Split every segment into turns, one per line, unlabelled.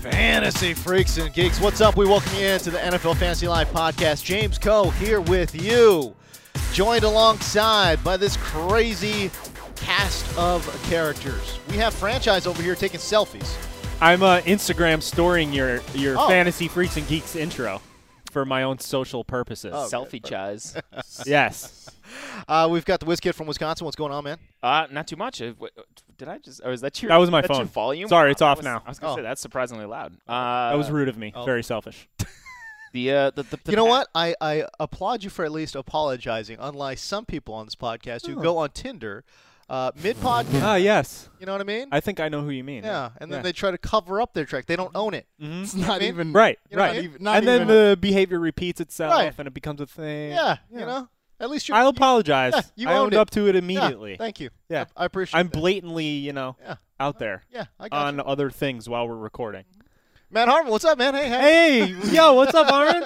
Fantasy freaks and geeks, what's up? We welcome you into the NFL Fantasy Live podcast. James Coe here with you, joined alongside by this crazy cast of characters. We have franchise over here taking selfies.
I'm uh, Instagram storing your your
Oh.
fantasy freaks and geeks intro for my own social purposes.
Oh.
Selfie chaz.
Yes.
Uh, we've got the whiz kid from Wisconsin. What's going on, man?
Uh, not too much. Uh, wait, uh, Did I just? Oh, is that your?
That was my
that's your
phone.
volume.
Sorry, it's
I
off
was-
now.
I was gonna
Oh.
say that's surprisingly loud. Uh,
that was rude of me. Very selfish.
The, uh, the, the, the
you know
pa-
what? I, I applaud you for at least apologizing, unlike some people on this podcast who go on Tinder uh, mid podcast.
Ah, yes.
You know what I mean?
I think I know who you mean.
yeah, and then they try to cover up their track. They don't own it.
It's not even
Right,
You know e-, what I
right.
mean?
Not
and then
even-
the behavior repeats itself
Right.
and it becomes a thing.
Yeah, you know. At least you.
I'll
you-
apologize.
yeah, you
I
owned
owned
it.
up to it
yeah,
immediately.
thank you.
Yeah.
I, I appreciate.
I'm
that.
blatantly, you know,
Yeah.
out there
Yeah, I got
on
you.
other things while we're recording.
Matt Harmon, what's up, man? Hey, hey.
Hey, yo, what's up, Aaron?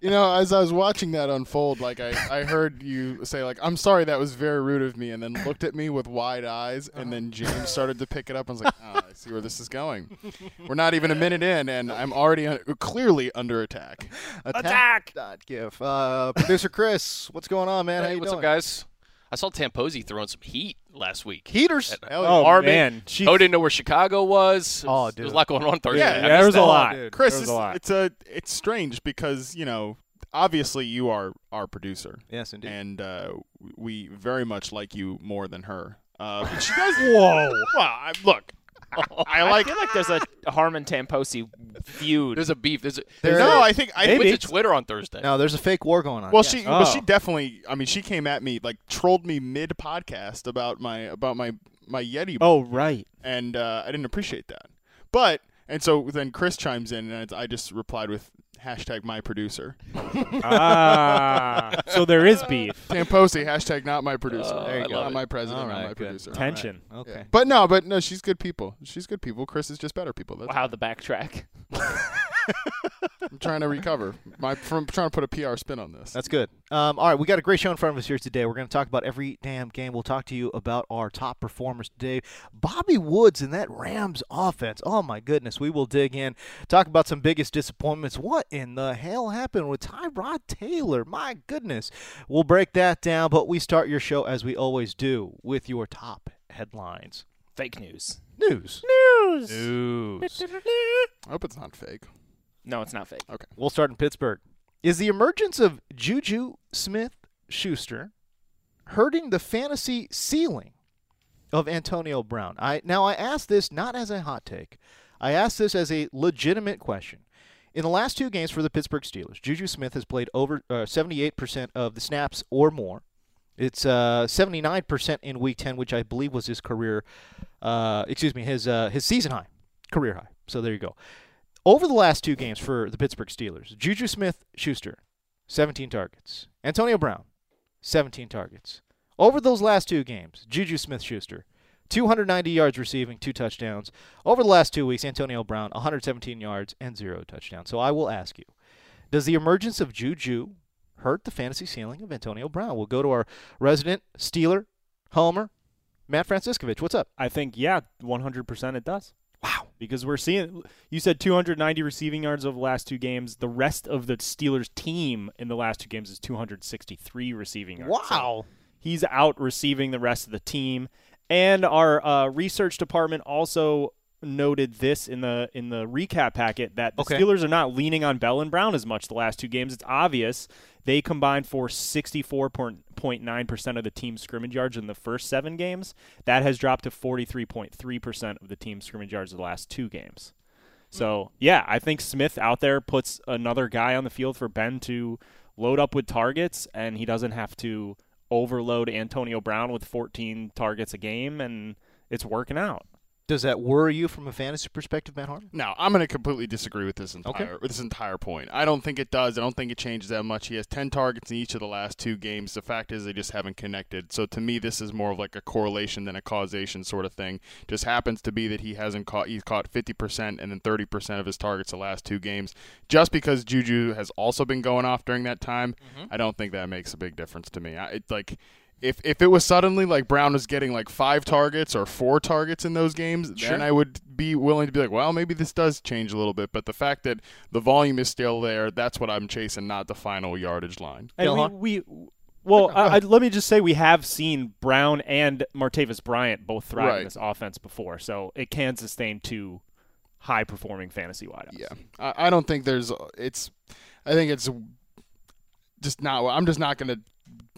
You know, as I was watching that unfold, like I, I heard you say, like, I'm sorry, that was very rude of me, and then looked at me with wide eyes, and then James started to pick it up. and was like, oh, I see where this is going. We're not even a minute in, and I'm already un- clearly under attack.
Attack. Dot gif. Uh, Producer Chris, what's going on, man? How
Hey,
you
what's
doing?
up, guys? I saw Tamposi throwing some heat last week.
Heaters. Hell
Oh,
Army.
man. She,
Oh, didn't know where Chicago was. It
Oh,
was- there
dude.
was a lot going on Thursday.
Yeah,
I
yeah,
missed
there was a
that.
lot.
Chris,
there was
it's,
a lot.
it's a it's strange because you know obviously you are our producer.
Yes, indeed.
and uh, we very much like you more than her. Uh, but she does. Whoa! Well, I, look, I like.
I feel like there's a a Harmon Tamposi feud.
There's a beef. There's a,
There
no,
is.
I think I
I went
think.
to Twitter on Thursday.
No, there's a fake war going on.
Well,
Yeah.
she well,
Oh.
she definitely. I mean, she came at me like trolled me mid podcast about my about my my Yeti,
oh, right.
and uh, I didn't appreciate that. But and so then Chris chimes in, and I just replied with hashtag my producer.
Ah. so there is beef.
Tamposi hashtag not my producer.
Oh, There you I go. love
Not
it.
my president.
All
not
right,
my
good.
producer.
Ten-
Tension.
Okay.
Yeah. But no, but no, she's good people. She's good people. Chris is just better people. That's
Wow, the backtrack.
I'm trying to recover. My from trying to put a PR spin on this.
That's good. Um, all right, we got a great show in front of us here today. We're going to talk about every damn game. We'll talk to you about our top performers today. Bobby Woods and that Rams offense. Oh my goodness, we will dig in. Talk about some biggest disappointments. What in the hell happened with Tyrod Taylor? My goodness. We'll break that down, but we start your show as we always do with your top headlines.
Fake news.
News.
I hope it's not fake.
No, it's not fake.
We'll start in Pittsburgh. Is the emergence of Juju Smith Schuster hurting the fantasy ceiling of Antonio Brown? I now I ask this not as a hot take. I ask this as a legitimate question. In the last two games for the Pittsburgh Steelers, Juju Smith has played over uh, 78% of the snaps or more. It's uh, 79% in Week 10, which I believe was his career, uh, excuse me, his uh, his season high, career high. So there you go. Over the last two games for the Pittsburgh Steelers, Juju Smith Schuster, 17 targets. Antonio Brown, 17 targets. Over those last two games, Juju Smith Schuster, 290 yards receiving, two touchdowns. Over the last two weeks, Antonio Brown, 117 yards and zero touchdowns. So I will ask you, does the emergence of Juju hurt the fantasy ceiling of Antonio Brown. We'll go to our resident Steeler, Homer, Matt Franciscovich. What's up?
I think yeah, 100% it does. Wow. Because we're seeing you said 290 receiving yards over the last two games. The rest of the Steelers team in the last two games is 263 receiving yards. So he's out receiving the rest of the team. And our uh, research department also noted this in the in the recap packet that the
Okay.
Steelers are not leaning on Bell and Brown as much the last two games. It's obvious they combined for 64.9 percent of the team's scrimmage yards in the first seven games. That has dropped to 43.3 percent of the team's scrimmage yards the last two games. So yeah, I think Smith out there puts another guy on the field for Ben to load up with targets, and he doesn't have to overload Antonio Brown with 14 targets a game, and it's working out.
Does that worry you from a fantasy perspective, Matt Harmon?
No, I'm going to completely disagree with this entire
Okay.
with this entire point. I don't think it does. I don't think it changes that much. He has 10 targets in each of the last two games. The fact is they just haven't connected. So to me this is more of like a correlation than a causation sort of thing. Just happens to be that he hasn't caught he's caught 50% and then 30% of his targets the last two games. Just because Juju has also been going off during that time, I don't think that makes a big difference to me. I, it like if if it was suddenly like Brown was getting like five targets or four targets in those games, then I would be willing to be like, well, maybe this does change a little bit. But the fact that the volume is still there, that's what I'm chasing, not the final yardage line.
And
Dylan?
we, we well, I, I, let me just say we have seen Brown and Martavis Bryant both thrive
Right.
in this offense before, so it can sustain two high performing fantasy wideouts.
Yeah, I, I don't think there's. It's. I think it's just not. I'm just not going to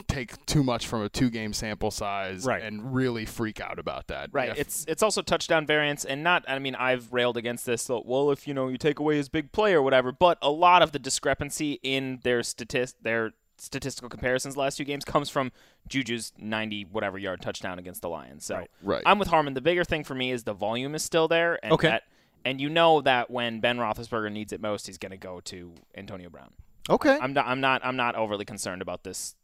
take too much from a two game sample size
Right.
and really freak out about that.
Right.
Yeah,
It's it's also touchdown variance and not I mean I've railed against this so, well if you know you take away his big play or whatever, but a lot of the discrepancy in their statist their statistical comparisons the last two games comes from Juju's 90 whatever yard touchdown against the Lions. So
Right.
I'm with Harmon. The bigger thing for me is the volume is still there and
Okay.
that and you know that when Ben Roethlisberger needs it most, he's going to go to Antonio Brown.
Okay.
I'm not. I'm not. I'm not overly concerned about this.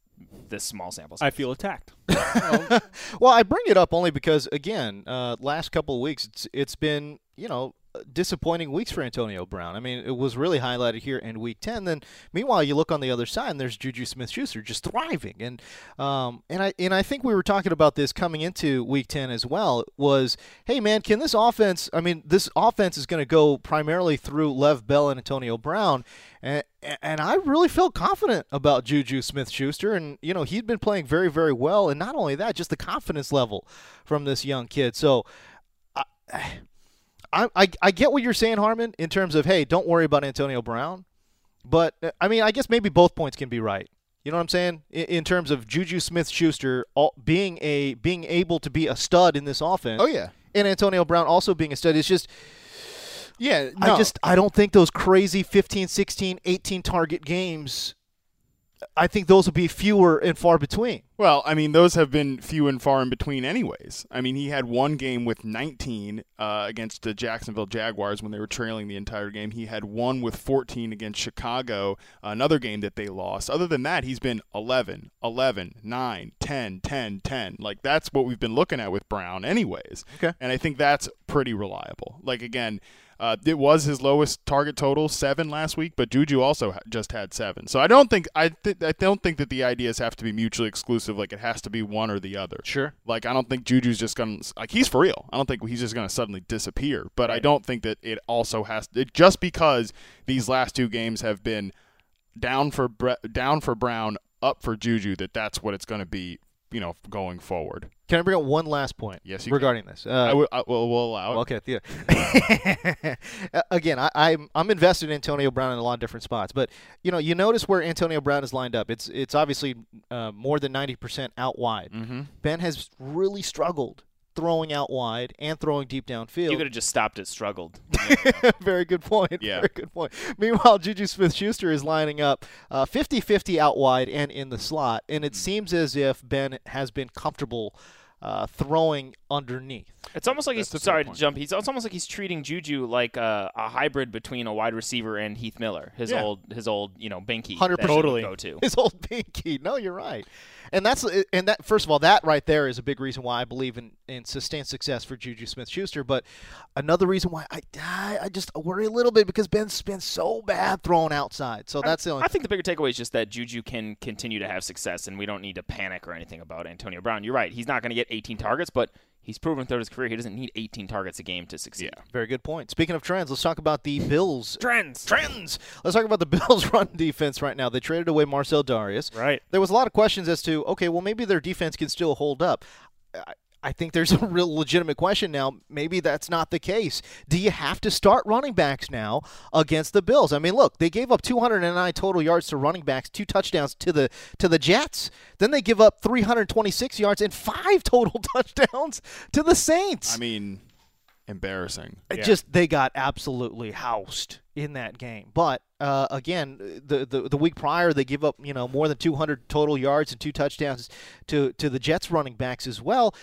This small sample. Size.
I feel attacked.
Well, I bring it up only because, again, uh, last couple of weeks, it's, it's been, you know, disappointing weeks for Antonio Brown. I mean, it was really highlighted here in week 10. Then, meanwhile, you look on the other side, and there's Juju Smith Schuster just thriving. And, um, and, I, and I think we were talking about this coming into week 10 as well was, hey, man, can this offense, I mean, this offense is going to go primarily through Lev Bell and Antonio Brown. And, and I really felt confident about Juju Smith Schuster. And, you know, he'd been playing very, very well. And not only that, just the confidence level from this young kid. So I, I, I get what you're saying, Harmon, in terms of, hey, don't worry about Antonio Brown. But, uh, I mean, I guess maybe both points can be right. You know what I'm saying? In, in terms of Juju Smith Schuster being, a, being able to be a stud in this offense.
Oh, yeah.
And Antonio Brown also being a stud. It's just,
yeah.
I
no.
just I don't think those crazy 15, 16, 18 target games I think those will be fewer and far between.
Well, I mean, those have been few and far in between, anyways. I mean, he had one game with 19 uh, against the Jacksonville Jaguars when they were trailing the entire game. He had one with 14 against Chicago, another game that they lost. Other than that, he's been 11, 11, 9, 10, 10, 10. Like, that's what we've been looking at with Brown, anyways.
Okay.
And I think that's pretty reliable. Like, again, uh, it was his lowest target total, seven last week, but Juju also ha- just had seven. So I don't think I th- I don't think that the ideas have to be mutually exclusive. Like it has to be one or the other.
Sure.
Like I don't think Juju's just gonna like he's for real. I don't think he's just gonna suddenly disappear. But I don't think that it also has it just because these last two games have been down for Bre- down for Brown, up for Juju. That that's what it's gonna be. You know, going forward.
Can I bring up one last point
Yes, you can.
regarding this? Uh,
I would- I will we'll allow it.
Okay, yeah. Uh, Again, I, I'm I'm invested in Antonio Brown in a lot of different spots, but you know, you notice where Antonio Brown is lined up. It's it's obviously uh, more than ninety percent out wide.
Mm-hmm.
Ben has really struggled throwing out wide and throwing deep
you
downfield.
could have just stopped it. Struggled.
Very good point.
Yeah.
Very good point. Meanwhile, Juju Smith Schuster is lining up uh, 50 50 out wide and in the
Mm.
slot. And it seems as if Ben has been comfortable uh, throwing underneath.
It's almost like he's
That's a fair
sorry to
point.
jump. He's it's almost like he's treating Juju like a, a hybrid between a wide receiver and Heath Miller, his
Yeah.
old his old you know
100%
binky. that he would
Totally.
go to.
His old pinky. No, you're right. And that's and that first of all, that right there is a big reason why I believe in, in sustained success for Juju Smith Schuster. But another reason why I I I just worry a little bit because Ben's been so bad thrown outside. So that's the only
I think the bigger takeaway is just that Juju can continue to have success, and we don't need to panic or anything about Antonio Brown. You're right; he's not going to get 18 targets, but he's proven throughout his career he doesn't need 18 targets a game to succeed.
very good point. Speaking of trends, let's talk about the Bills
Trends.
trends. Let's talk about the Bills' run defense right now. They traded away Marcel Darius.
Right.
There was a lot of questions as to okay, well maybe their defense can still hold up. I, I think there's a real legitimate question now. Maybe that's not the case. Do you have to start running backs now against the Bills? I mean, look, they gave up 209 total yards to running backs, two touchdowns to the to the Jets. Then they give up 326 yards and five total touchdowns to the Saints.
I mean, embarrassing.
It Just they got absolutely housed in that game. But uh, again, the, the the week prior they give up you know more than 200 total yards and two touchdowns to to the Jets running backs as well.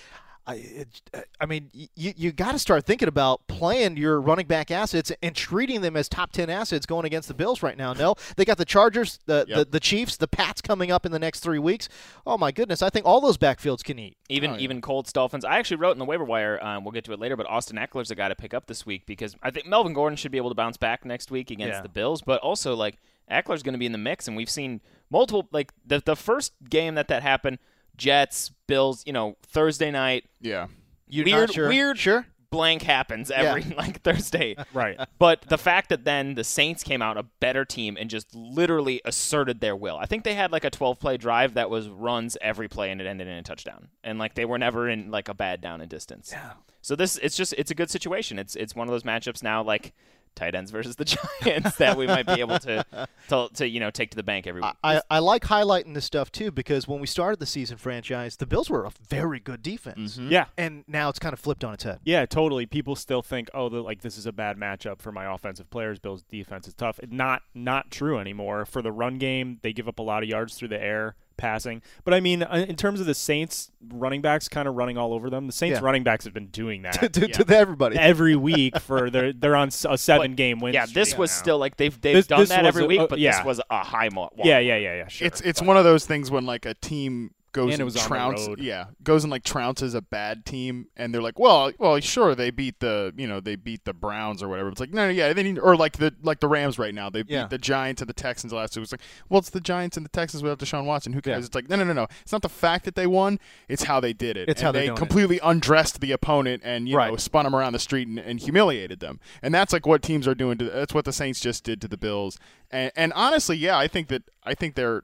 I, it, I mean, y- you you got to start thinking about playing your running back assets and treating them as top ten assets going against the Bills right now. No, they got the Chargers, the, the
Yep.
the Chiefs, the Pats coming up in the next three weeks. Oh my goodness, I think all those backfields can eat.
Even even Colts Dolphins. I actually wrote in the waiver wire. Um, we'll get to it later, but Austin Eckler's a guy to pick up this week because I think Melvin Gordon should be able to bounce back next week against
Yeah.
the Bills. But also like Eckler's going to be in the mix, and we've seen multiple like the the first game that that happened, Jets Bills. You know Thursday night
Yeah.
You're
weird
not sure?
weird
Sure.
blank happens every like Thursday.
Right.
But the fact that then the Saints came out a better team and just literally asserted their will. I think they had like a 12 play drive that was runs every play and it ended in a touchdown. And like they were never in like a bad down and distance. Yeah. So this it's just it's a good situation. It's it's one of those matchups now like tight ends versus the Giants that we might be able to to, to you know take to the bank every week.
I, I like highlighting this stuff too because when we started the season franchise, the Bills were a very good defense.
Hmm?
Yeah.
And now it's kind of flipped on its head.
Yeah, totally. People still think, oh, the, like this is a bad matchup for my offensive players. Bills defense is tough. Not not true anymore. For the run game, they give up a lot of yards through the air passing. But I mean, uh, in terms of the Saints running backs kind of running all over them, the Saints
Yeah.
running backs have been doing
to,
that
to, to everybody.
every week for their they're on s- a seven game win.
yeah, this
streak
was
now.
still like they've they've
This-
done
this
that
was
every
a-
week,
uh,
but
yeah.
this was a high mark.
Yeah, yeah, yeah, yeah. Sure.
it's it's one of those things when like a team goes
And it
and,
was on the
trounce
road.
yeah goes and like trounces a bad team and they're like well well sure they beat the you know they beat the Browns or whatever it's like no no yeah they need or like the like the Rams right now they
Yeah.
beat the Giants and the Texans last week it's like well it's the Giants and the Texans without Deshaun Watson who cares
Yeah.
it's like no no no no it's not the fact that they won it's how they did it
It's
and
how they're
they
doing it.
completely undressed the opponent and you know
Right.
spun them around the street and, and humiliated them and that's like what teams are doing to that's what the Saints just did to the Bills and and honestly yeah I think that I think they're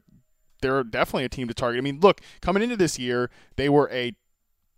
they're definitely a team to target. I mean, look, coming into this year, they were a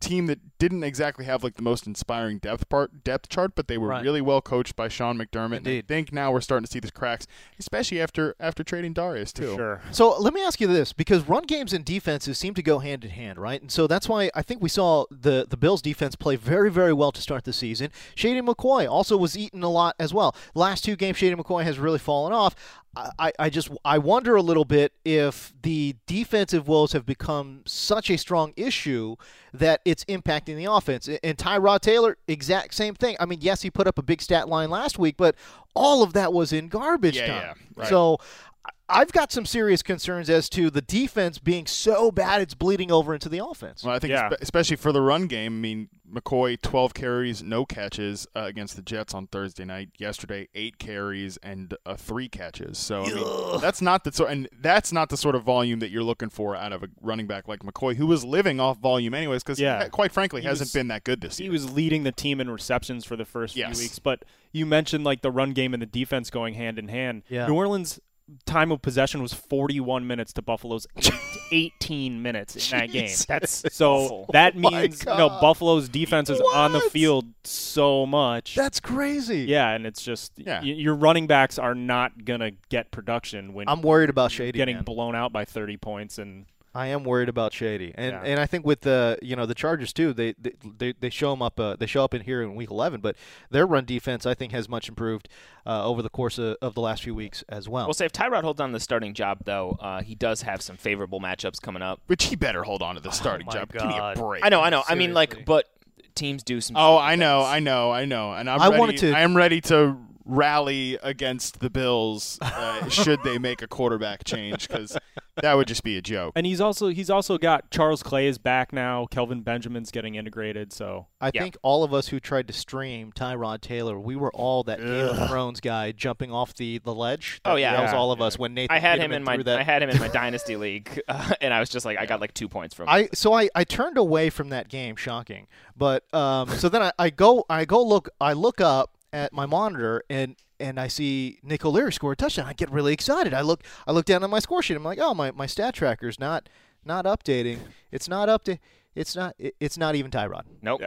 team that didn't exactly have like the most inspiring depth part depth chart, but they were
Right.
really well coached by Sean McDermott. And I
Indeed.
think now we're starting to see the cracks, especially after after trading Darius too.
sure.
So let me ask you this, because run games and defenses seem to go hand in hand, right? And so that's why I think we saw the the Bills defense play very, very well to start the season. Shady McCoy also was eaten a lot as well. Last two games, Shady McCoy has really fallen off. I, I- I just I wonder a little bit if the defensive woes have become such a strong issue that it's impacting the offense. A- And Tyrod Taylor, exact same thing. I mean, yes, he put up a big stat line last week, but all of that was in garbage
Yeah,
time.
yeah, right.
So I- I've got some serious concerns as to the defense being so bad it's bleeding over into the offense.
Well, I think
Yeah.
espe- especially for the run game. I mean, McCoy twelve carries, no catches uh, against the Jets on Thursday night. Yesterday, eight carries and uh, three catches. So I mean, that's not the sort, and that's not the sort of volume that you're looking for out of a running back like McCoy, who was living off volume anyways, because
Yeah.
quite frankly,
He
hasn't
was-
been that good this
he
year.
was leading the team in receptions for the first
Yes.
few weeks. But you mentioned like the run game and the defense going hand in hand.
Yeah.
New Orleans time of possession was 41 minutes to Buffalo's eight- 18 minutes in that game. That's so that means you know, Buffalo's defense is on the
Oh What?
field so much.
That's crazy.
yeah, and it's just
Yeah.
y- your running backs are not gonna get production when
I'm worried about Shady.
getting
man.
blown out by 30 points and
I am worried about Shady, and
Yeah.
and I think with the you know the Chargers too, they they- they, they show 'em up uh, they show up in here in week eleven, but their run defense I think has much improved uh, over the course of, of the last few weeks as well.
We'll say if Tyrod holds on to the starting job though, uh, he does have some favorable matchups coming up.
Oh
Which he better hold on to the starting job. Give me a break.
I know, I know. I mean, like, but teams do some.
Oh,
shitty
I know,
things.
I know, I know, and I'm
I
ready,
wanted to-
I am ready to rally against the Bills uh, should they make a quarterback change because that would just be a joke.
And he's also he's also got Charles Clay is back now. Kelvin Benjamin's getting integrated. So
I
Yeah.
think all of us who tried to stream Tyrod Taylor, we were all that Game of Thrones guy jumping off the, the ledge.
Oh,
That-
yeah.
that was
Yeah.
all of us when Nathan.
I had him
Peterman
in my
threw that.
I had him in my dynasty league, uh, and I was just like, I got like two points from.
I so I, I turned away from that game, shocking. But um, so then I, I go I go look I look up at my monitor and and I see Nick O'Leary score a touchdown. I get really excited. I look I look down at my score sheet. I'm like, oh my, my stat tracker's not not updating. It's not up to it's not it- it's not even Tyrod.
nope.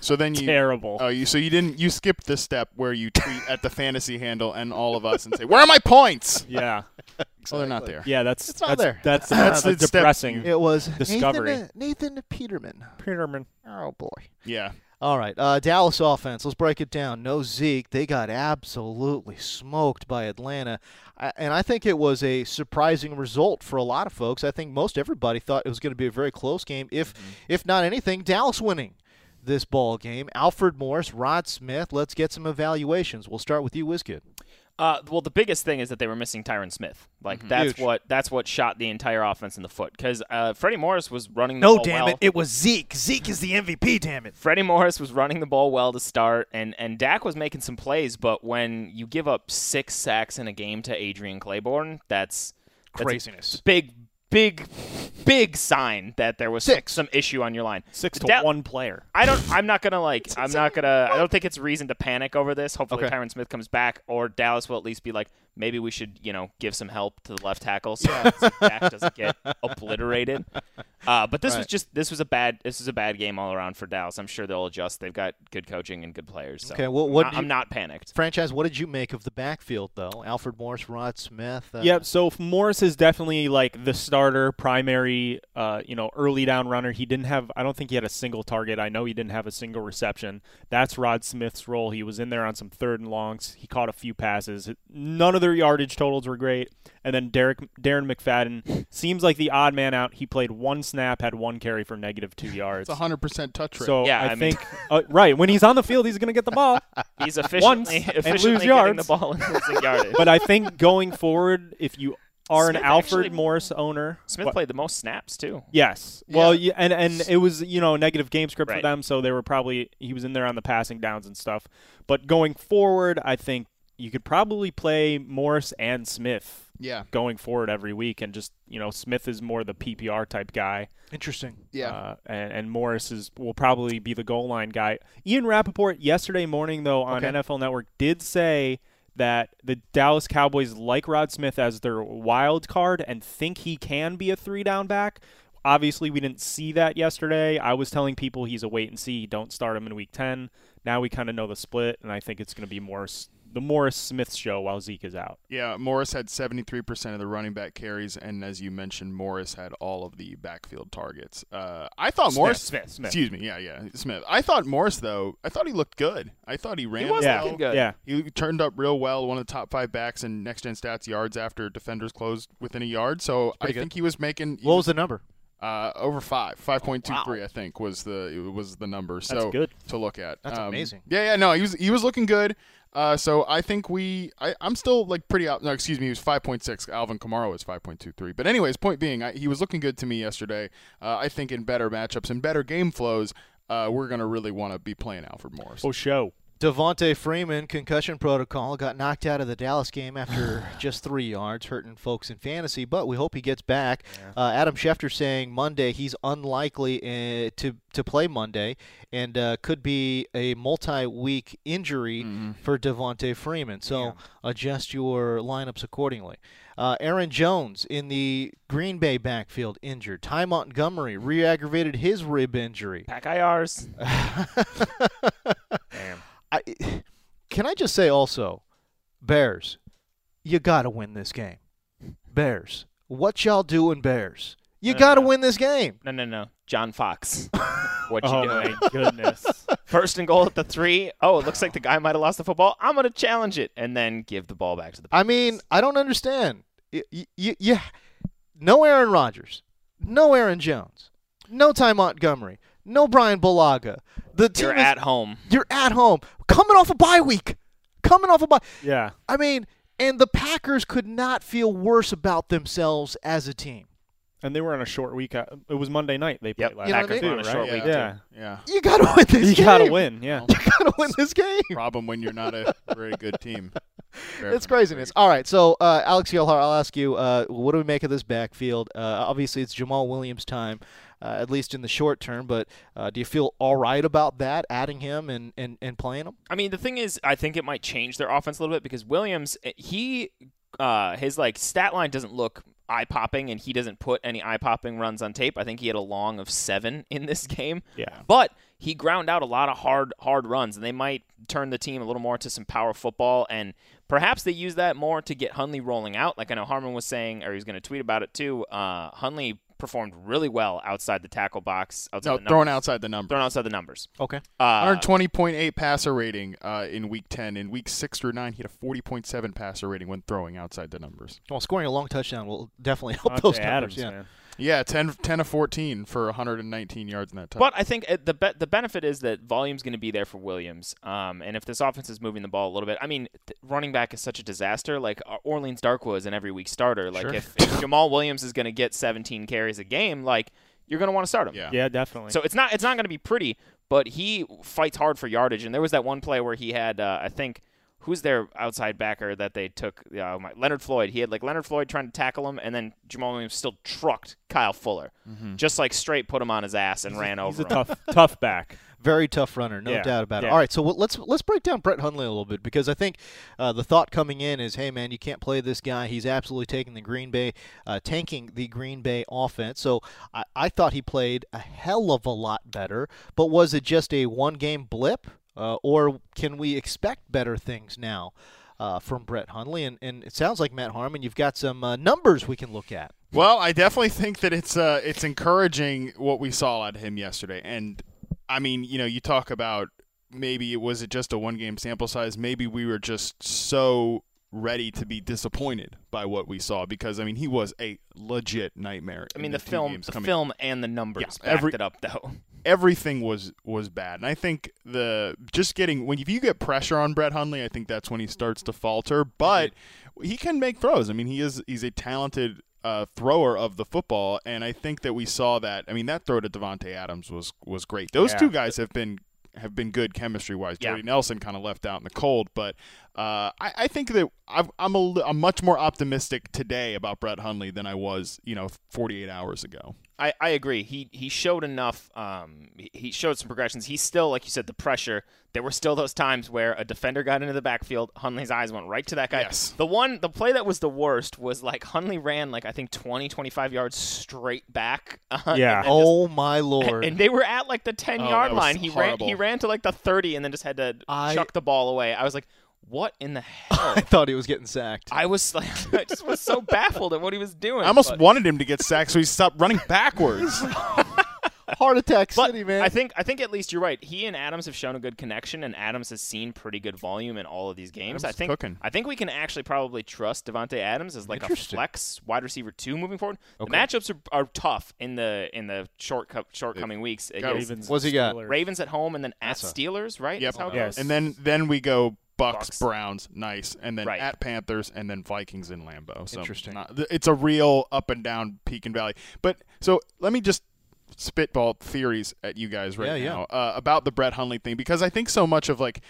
So then you
terrible.
Oh, you so you didn't you skipped the step where you tweet at the fantasy handle and all of us and say, "Where are my points?"
yeah,
Oh, they're not there.
yeah. That's
not
that's,
there.
That's
That's
that's,
the step
depressing.
It was
Discovery.
Nathan, uh, Nathan Peterman.
Peterman.
Oh boy.
Yeah.
All right, uh, Dallas offense. Let's break it down. No Zeke. They got absolutely smoked by Atlanta, I, and I think it was a surprising result for a lot of folks. I think most everybody thought it was going to be a very close game, if
Mm-hmm.
if not anything, Dallas winning this ball game. Alfred Morris, Rod Smith. Let's get some evaluations. We'll start with you, Wizkid.
Uh, well, the biggest thing is that they were missing Tyron Smith. Like
Mhm.
that's what that's what shot the entire offense in the foot because uh, Freddie Morris was running. The
Oh,
ball well.
It was Zeke. Zeke is the MVP. Damn it.
Freddie Morris was running the ball well to start, and, and Dak was making some plays. But when you give up six sacks in a game to Adrian Claiborne, that's, that's a
Craziness.
big, big, big sign that there was some-
Six.
Some, issue on your line.
Six
The
to
Da-
one player.
I don't. I'm not gonna like. I'm not gonna. I don't think it's reason to panic over this. Hopefully,
Okay.
Tyron Smith comes back, or Dallas will at least be like, maybe we should, you know, give some help to the left tackle so Dak doesn't get obliterated. Uh, but this was just. This was a bad. This is a bad game all around for Dallas. I'm sure they'll adjust. They've got good coaching and good players. So
Okay, well, what
I'm,
do
not- I'm
you-
not panicked.
Franchise. What did you make of the backfield, though? Alfred Morris, Rod Smith. Uh,
Yep. So if Morris is definitely like the starter, primary, uh, you know, early down runner. He didn't have. I don't think he had a single target. I know he didn't have a single reception. That's Rod Smith's role. He was in there on some third and longs. He caught a few passes. None of their yardage totals were great. And then Derek Darren McFadden seems like the odd man out. He played one snap, had one carry for negative two yards.
It's a 100% touch rate.
So
Yeah,
I,
I mean-
think uh, right when he's on the field, he's going to get the ball.
He's efficiently
Once and lose
efficiently getting
yards.
the ball and losing yardage.
But uh, I think going forward, if you are an
Smith
Alfred
actually-
Morris owner,
Smith
What?
played the most snaps too.
Yes. Well, yeah. and and it was you know a negative game script for
Right.
them, so they were probably he was in there on the passing downs and stuff. But going forward, I think you could probably play Morris and Smith
yeah.
going forward every week, and just you know Smith is more the PPR type guy,
Interesting.
Yeah.
uh, and, and Morris is will probably be the goal line guy. Ian Rappaport yesterday morning though on
Okay.
NFL Network did say. That the Dallas Cowboys like Rod Smith as their wild card and think he can be a three down back, Obviously, we didn't see that yesterday. I was telling people he's a wait and see. Don't start him in week 10. Now we kind of know the split, and I think it's going to be Morris, the Morris Smith show while Zeke is out.
yeah, Morris had 73% of the running back carries and as you mentioned Morris had all of the backfield targets. Uh, I thought Morris
Smith, Smith.
Excuse me. Yeah, yeah. Smith. I thought Morris though. I thought he looked good. I thought he ran
was
well.
looking
good.
Yeah.
He turned up real well, one of the top five backs in next gen stats yards after defenders closed within a yard. So I think he was making he
What was the number?
uh, over five, five point two three, I think was the was the number. So
good.
to look at. Um,
That's amazing.
Yeah, yeah, no, he was he was looking good. Uh, so I think we, I, I'm still like pretty out. No, excuse me, he was 5.6. Alvin Kamara was 5.23. But anyways, point being, I, he was looking good to me yesterday. Uh, I think in better matchups and better game flows, uh, we're gonna really want to be playing Alfred Morris.
Oh, show.
Devonte Freeman concussion protocol got knocked out of the Dallas game after just three yards, hurting folks in fantasy. But we hope he gets back. Uh, Adam Schefter saying Monday he's unlikely uh, to to play Monday and uh, could be a multi-week injury for Devonte Freeman. So adjust your lineups accordingly. Uh, Aaron Jones in the Green Bay backfield injured. Ty Montgomery re-aggravated his rib injury.
Pack IRs.
I, can I just say also, Bears, you gotta win this game. Bears, what y'all doing, Bears? You gotta win this game.
No, no, no. John Fox. What you
Oh,
doing?
my goodness.
First and goal at the three. Oh, it looks like the guy might have lost the football. I'm gonna challenge it and then give the ball back to the.
I mean, I don't understand. You, you, no Aaron Rodgers, no Aaron Jones, no Ty Montgomery. No Brian Balaga. The team
You're
is-
at home.
You're at home. Coming off a bye week. Coming off a bye.
Yeah.
I mean, and the Packers could not feel worse about themselves as a team.
And they were on a short week. uh, It was Monday night they played
Yep.
last
You know what I
night,
Packers
mean?
were on a
too,
short
right?
yeah,
week.
dude.
Yeah.
yeah.
You got to win this
You
game.
gotta win. Yeah.
You got to win this game.
Problem when you're not a very good team.
It's craziness. All right, so uh, Alex Yelhar, I'll ask you, uh, what do we make of this backfield? Uh, obviously, it's Jamal Williams' time, uh, at least in the short term. But uh, do you feel all right about that, adding him and, and, and playing him?
I mean, the thing is, I think it might change their offense a little bit because Williams, eh, he, uh, his like stat line doesn't look eye popping, and he doesn't put any eye popping runs on tape. I think he had a long of seven in this game.
Yeah.
But he ground out a lot of hard, hard runs, and they might turn the team a little more to some power football, and perhaps they use that more to get Hunley rolling out. Like I know Harmon was saying, or he's going to tweet about it too. Uh, Hunley performed really well outside the tackle box. Outside
No,
the
thrown
numbers-
outside the number.
Thrown outside the numbers.
Okay.
Uh,
120.8 passer rating uh, in week 10. In week 6 through 9, he had a 40.7 passer rating when throwing outside the numbers.
Well, scoring a long touchdown will definitely help
Davante
those
Adams,
numbers. yeah.
man.
Yeah, 10, 10 of 14 for 119 yards in that time.
But I think uh, the be- the benefit is that volume's going to be there for Williams. Um, and if this offense is moving the ball a little bit, I mean, th- running back is such a disaster. Like uh, Orleans Darkwa is an every week starter. Like if, if Jamal Williams is going to get 17 carries a game, like you're going to want to start him.
yeah.
Yeah, definitely.
So it's not it's not going to be pretty, but he fights hard for yardage. And there was that one play where he had uh, I think who's their outside backer that they took uh, my, Leonard Floyd. He had like Leonard Floyd trying to tackle him, and then Jamal Williams still trucked Kyle Fuller, just like straight put him on his ass and ran
Mm-hmm. he's
over
a
him.
tough, tough back.
Very tough runner, no
Yeah,
doubt about it.
yeah.
All right, so well, let's let's break down Brett Hundley a little bit because I think uh, the thought coming in is, hey man, you can't play this guy. He's absolutely taking the Green Bay, uh, tanking the Green Bay offense. So I, I thought he played a hell of a lot better. But was it just a one game blip, uh, or can we expect better things now uh, from Brett Hundley? And, and it sounds like Matt Harmon, you've got some uh, numbers we can look at.
Well, I definitely think that it's uh, it's encouraging what we saw out of him yesterday, and I mean, you know, you talk about maybe it was it just a one game sample size, maybe we were just so ready to be disappointed by what we saw because I mean he was a legit nightmare.
I
in
mean, the
two
film,
games
the
coming
film, and the numbers
Yeah,
backed
every-
it up, though.
everything was was bad. And I think the just getting when if you get pressure on Brett Hundley, I think that's when he starts to falter. But he can make throws. I mean, he is he's a talented uh, thrower of the football, and I think that we saw that. I mean, that throw to Devonte Adams was was great. Those
Yeah.
two guys have been have been good chemistry wise.
Yeah.
Jordy Nelson kind of left out in the cold, but uh, I, I think that I've, I'm a, li- I'm much more optimistic today about Brett Hundley than I was, you know, 48 hours ago.
I, I agree. He he showed enough. Um, he- he showed some progressions. He's still, like you said, the pressure. There were still those times where a defender got into the backfield. Hunley's eyes went right to that guy.
Yes.
The one, the play that was the worst was like Hunley ran like I think 20, 25 yards straight back. Uh,
Yeah.
and then just-
Oh my lord!
and they were at like the ten
Oh,
yard
that was
line. He ran. He
horrible.
ran to like the thirty, and then just had to
I-
chuck the ball away. I was like, "What in the hell?"
I thought he was getting sacked.
I was like, I just was so baffled at what he was doing.
I almost
but-
wanted him to get sacked, so he stopped running backwards.
Heart attack
But
city, man.
I think I think at least you're right. He and Adams have shown a good connection, and Adams has seen pretty good volume in all of these games.
Adams
I
is
think
cooking.
I think we can actually probably trust Devonte Adams as like a
Interesting.
flex wide receiver two moving forward. The matchups are, are tough in the in the short co- short coming weeks. It is
Ravens,
What's he got?
Steelers.
Ravens at home and then at Steelers, right?
Yep.
That's how it
Yes.
goes.
And then then we go Bucks,
Bucks.
Browns, nice, and then
Right.
at Panthers, and then Vikings in Lambeau. So
Interesting.
not- th- it's a real up and down peak and valley. But so let me just spitball theories at you guys right
Yeah, yeah.
now Uh, about the Brett Hundley thing because I think so much of like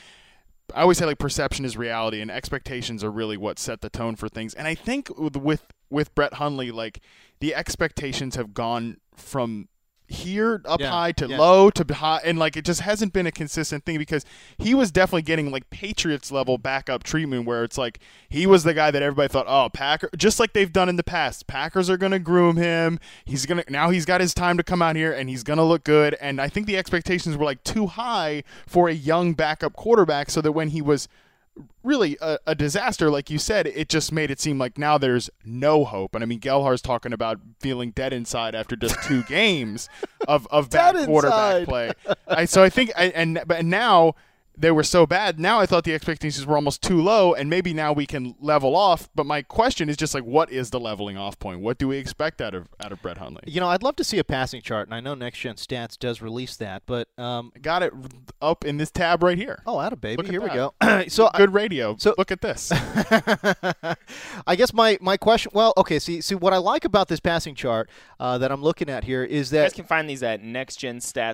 I always say like perception is reality and expectations are really what set the tone for things. And I think with with, with Brett Hundley, like the expectations have gone from here up
Yeah,
high to
yeah.
low to high and like it just hasn't been a consistent thing because he was definitely getting like Patriots level backup treatment where it's like he was the guy that everybody thought, oh, Packer just like they've done in the past, Packers are gonna groom him. He's gonna now he's got his time to come out here and he's gonna look good. And I think the expectations were like too high for a young backup quarterback so that when he was really a, a disaster, like you said, it just made it seem like now there's no hope. And I mean, Gelhar's talking about feeling dead inside after just two games of of bad
Dead
quarterback
inside.
play. I, so I think, I, and but now they were so bad. Now I thought the expectations were almost too low, and maybe now we can level off. But my question is just like, what is the leveling off point? What do we expect out of out of Brett Hundley?
You know, I'd love to see a passing chart, and I know Next Gen Stats does release that, but um,
Got it up in this tab right here.
oh, out of baby,
Look at
here we go.
that.
so I-
good radio.
so-
Look at this.
I guess my, my question. Well, okay. See, see what I like about this passing chart uh, that I'm looking at here is
You guys
that
can find these at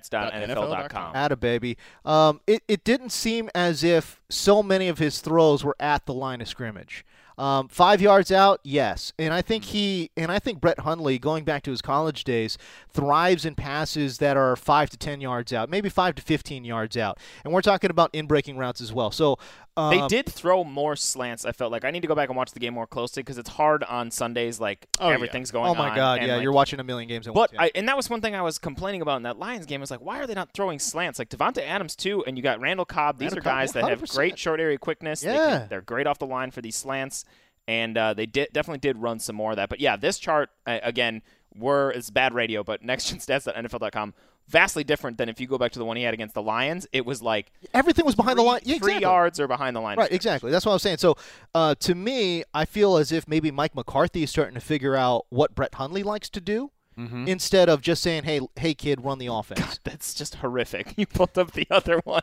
nextgenstats.nfl.com.
at a baby, um, it it didn't seem as if so many of his throws were at the line of scrimmage. Um, five yards out, yes, and I
Hmm.
think he and I think Brett Hundley, going back to his college days, thrives in passes that are five to ten yards out, maybe five to fifteen yards out, and we're talking about in breaking routes as well. So um,
They did throw more slants. I felt like I need to go back and watch the game more closely because it's hard on Sundays. Like
Oh, yeah.
everything's going
Oh
on.
my God!
and,
Yeah,
like,
you're watching a million games at once.
But
yeah.
I, and that was one thing I was complaining about in that Lions game. I was like, why are they not throwing slants? Like Devonta Adams too, and you got Randall Cobb. These
Randall
are
Cobb,
guys that have
100%.
great short area quickness. They
Yeah.
can, they're great off the line for these slants, and uh, they did definitely did run some more of that. But yeah, this chart uh, again, were it's bad radio, but nextgenstats.nfl.com vastly different than if you go back to the one he had against the Lions. It was like
Everything was behind the
three-
line. Yeah,
three
exactly.
yards or behind the line.
Right, exactly. That's what I was saying. So, uh, to me, I feel as if maybe Mike McCarthy is starting to figure out what Brett Hundley likes to do
Mm-hmm.
instead of just saying, "Hey, hey, kid, run the offense."
That's just horrific. You pulled up the other one.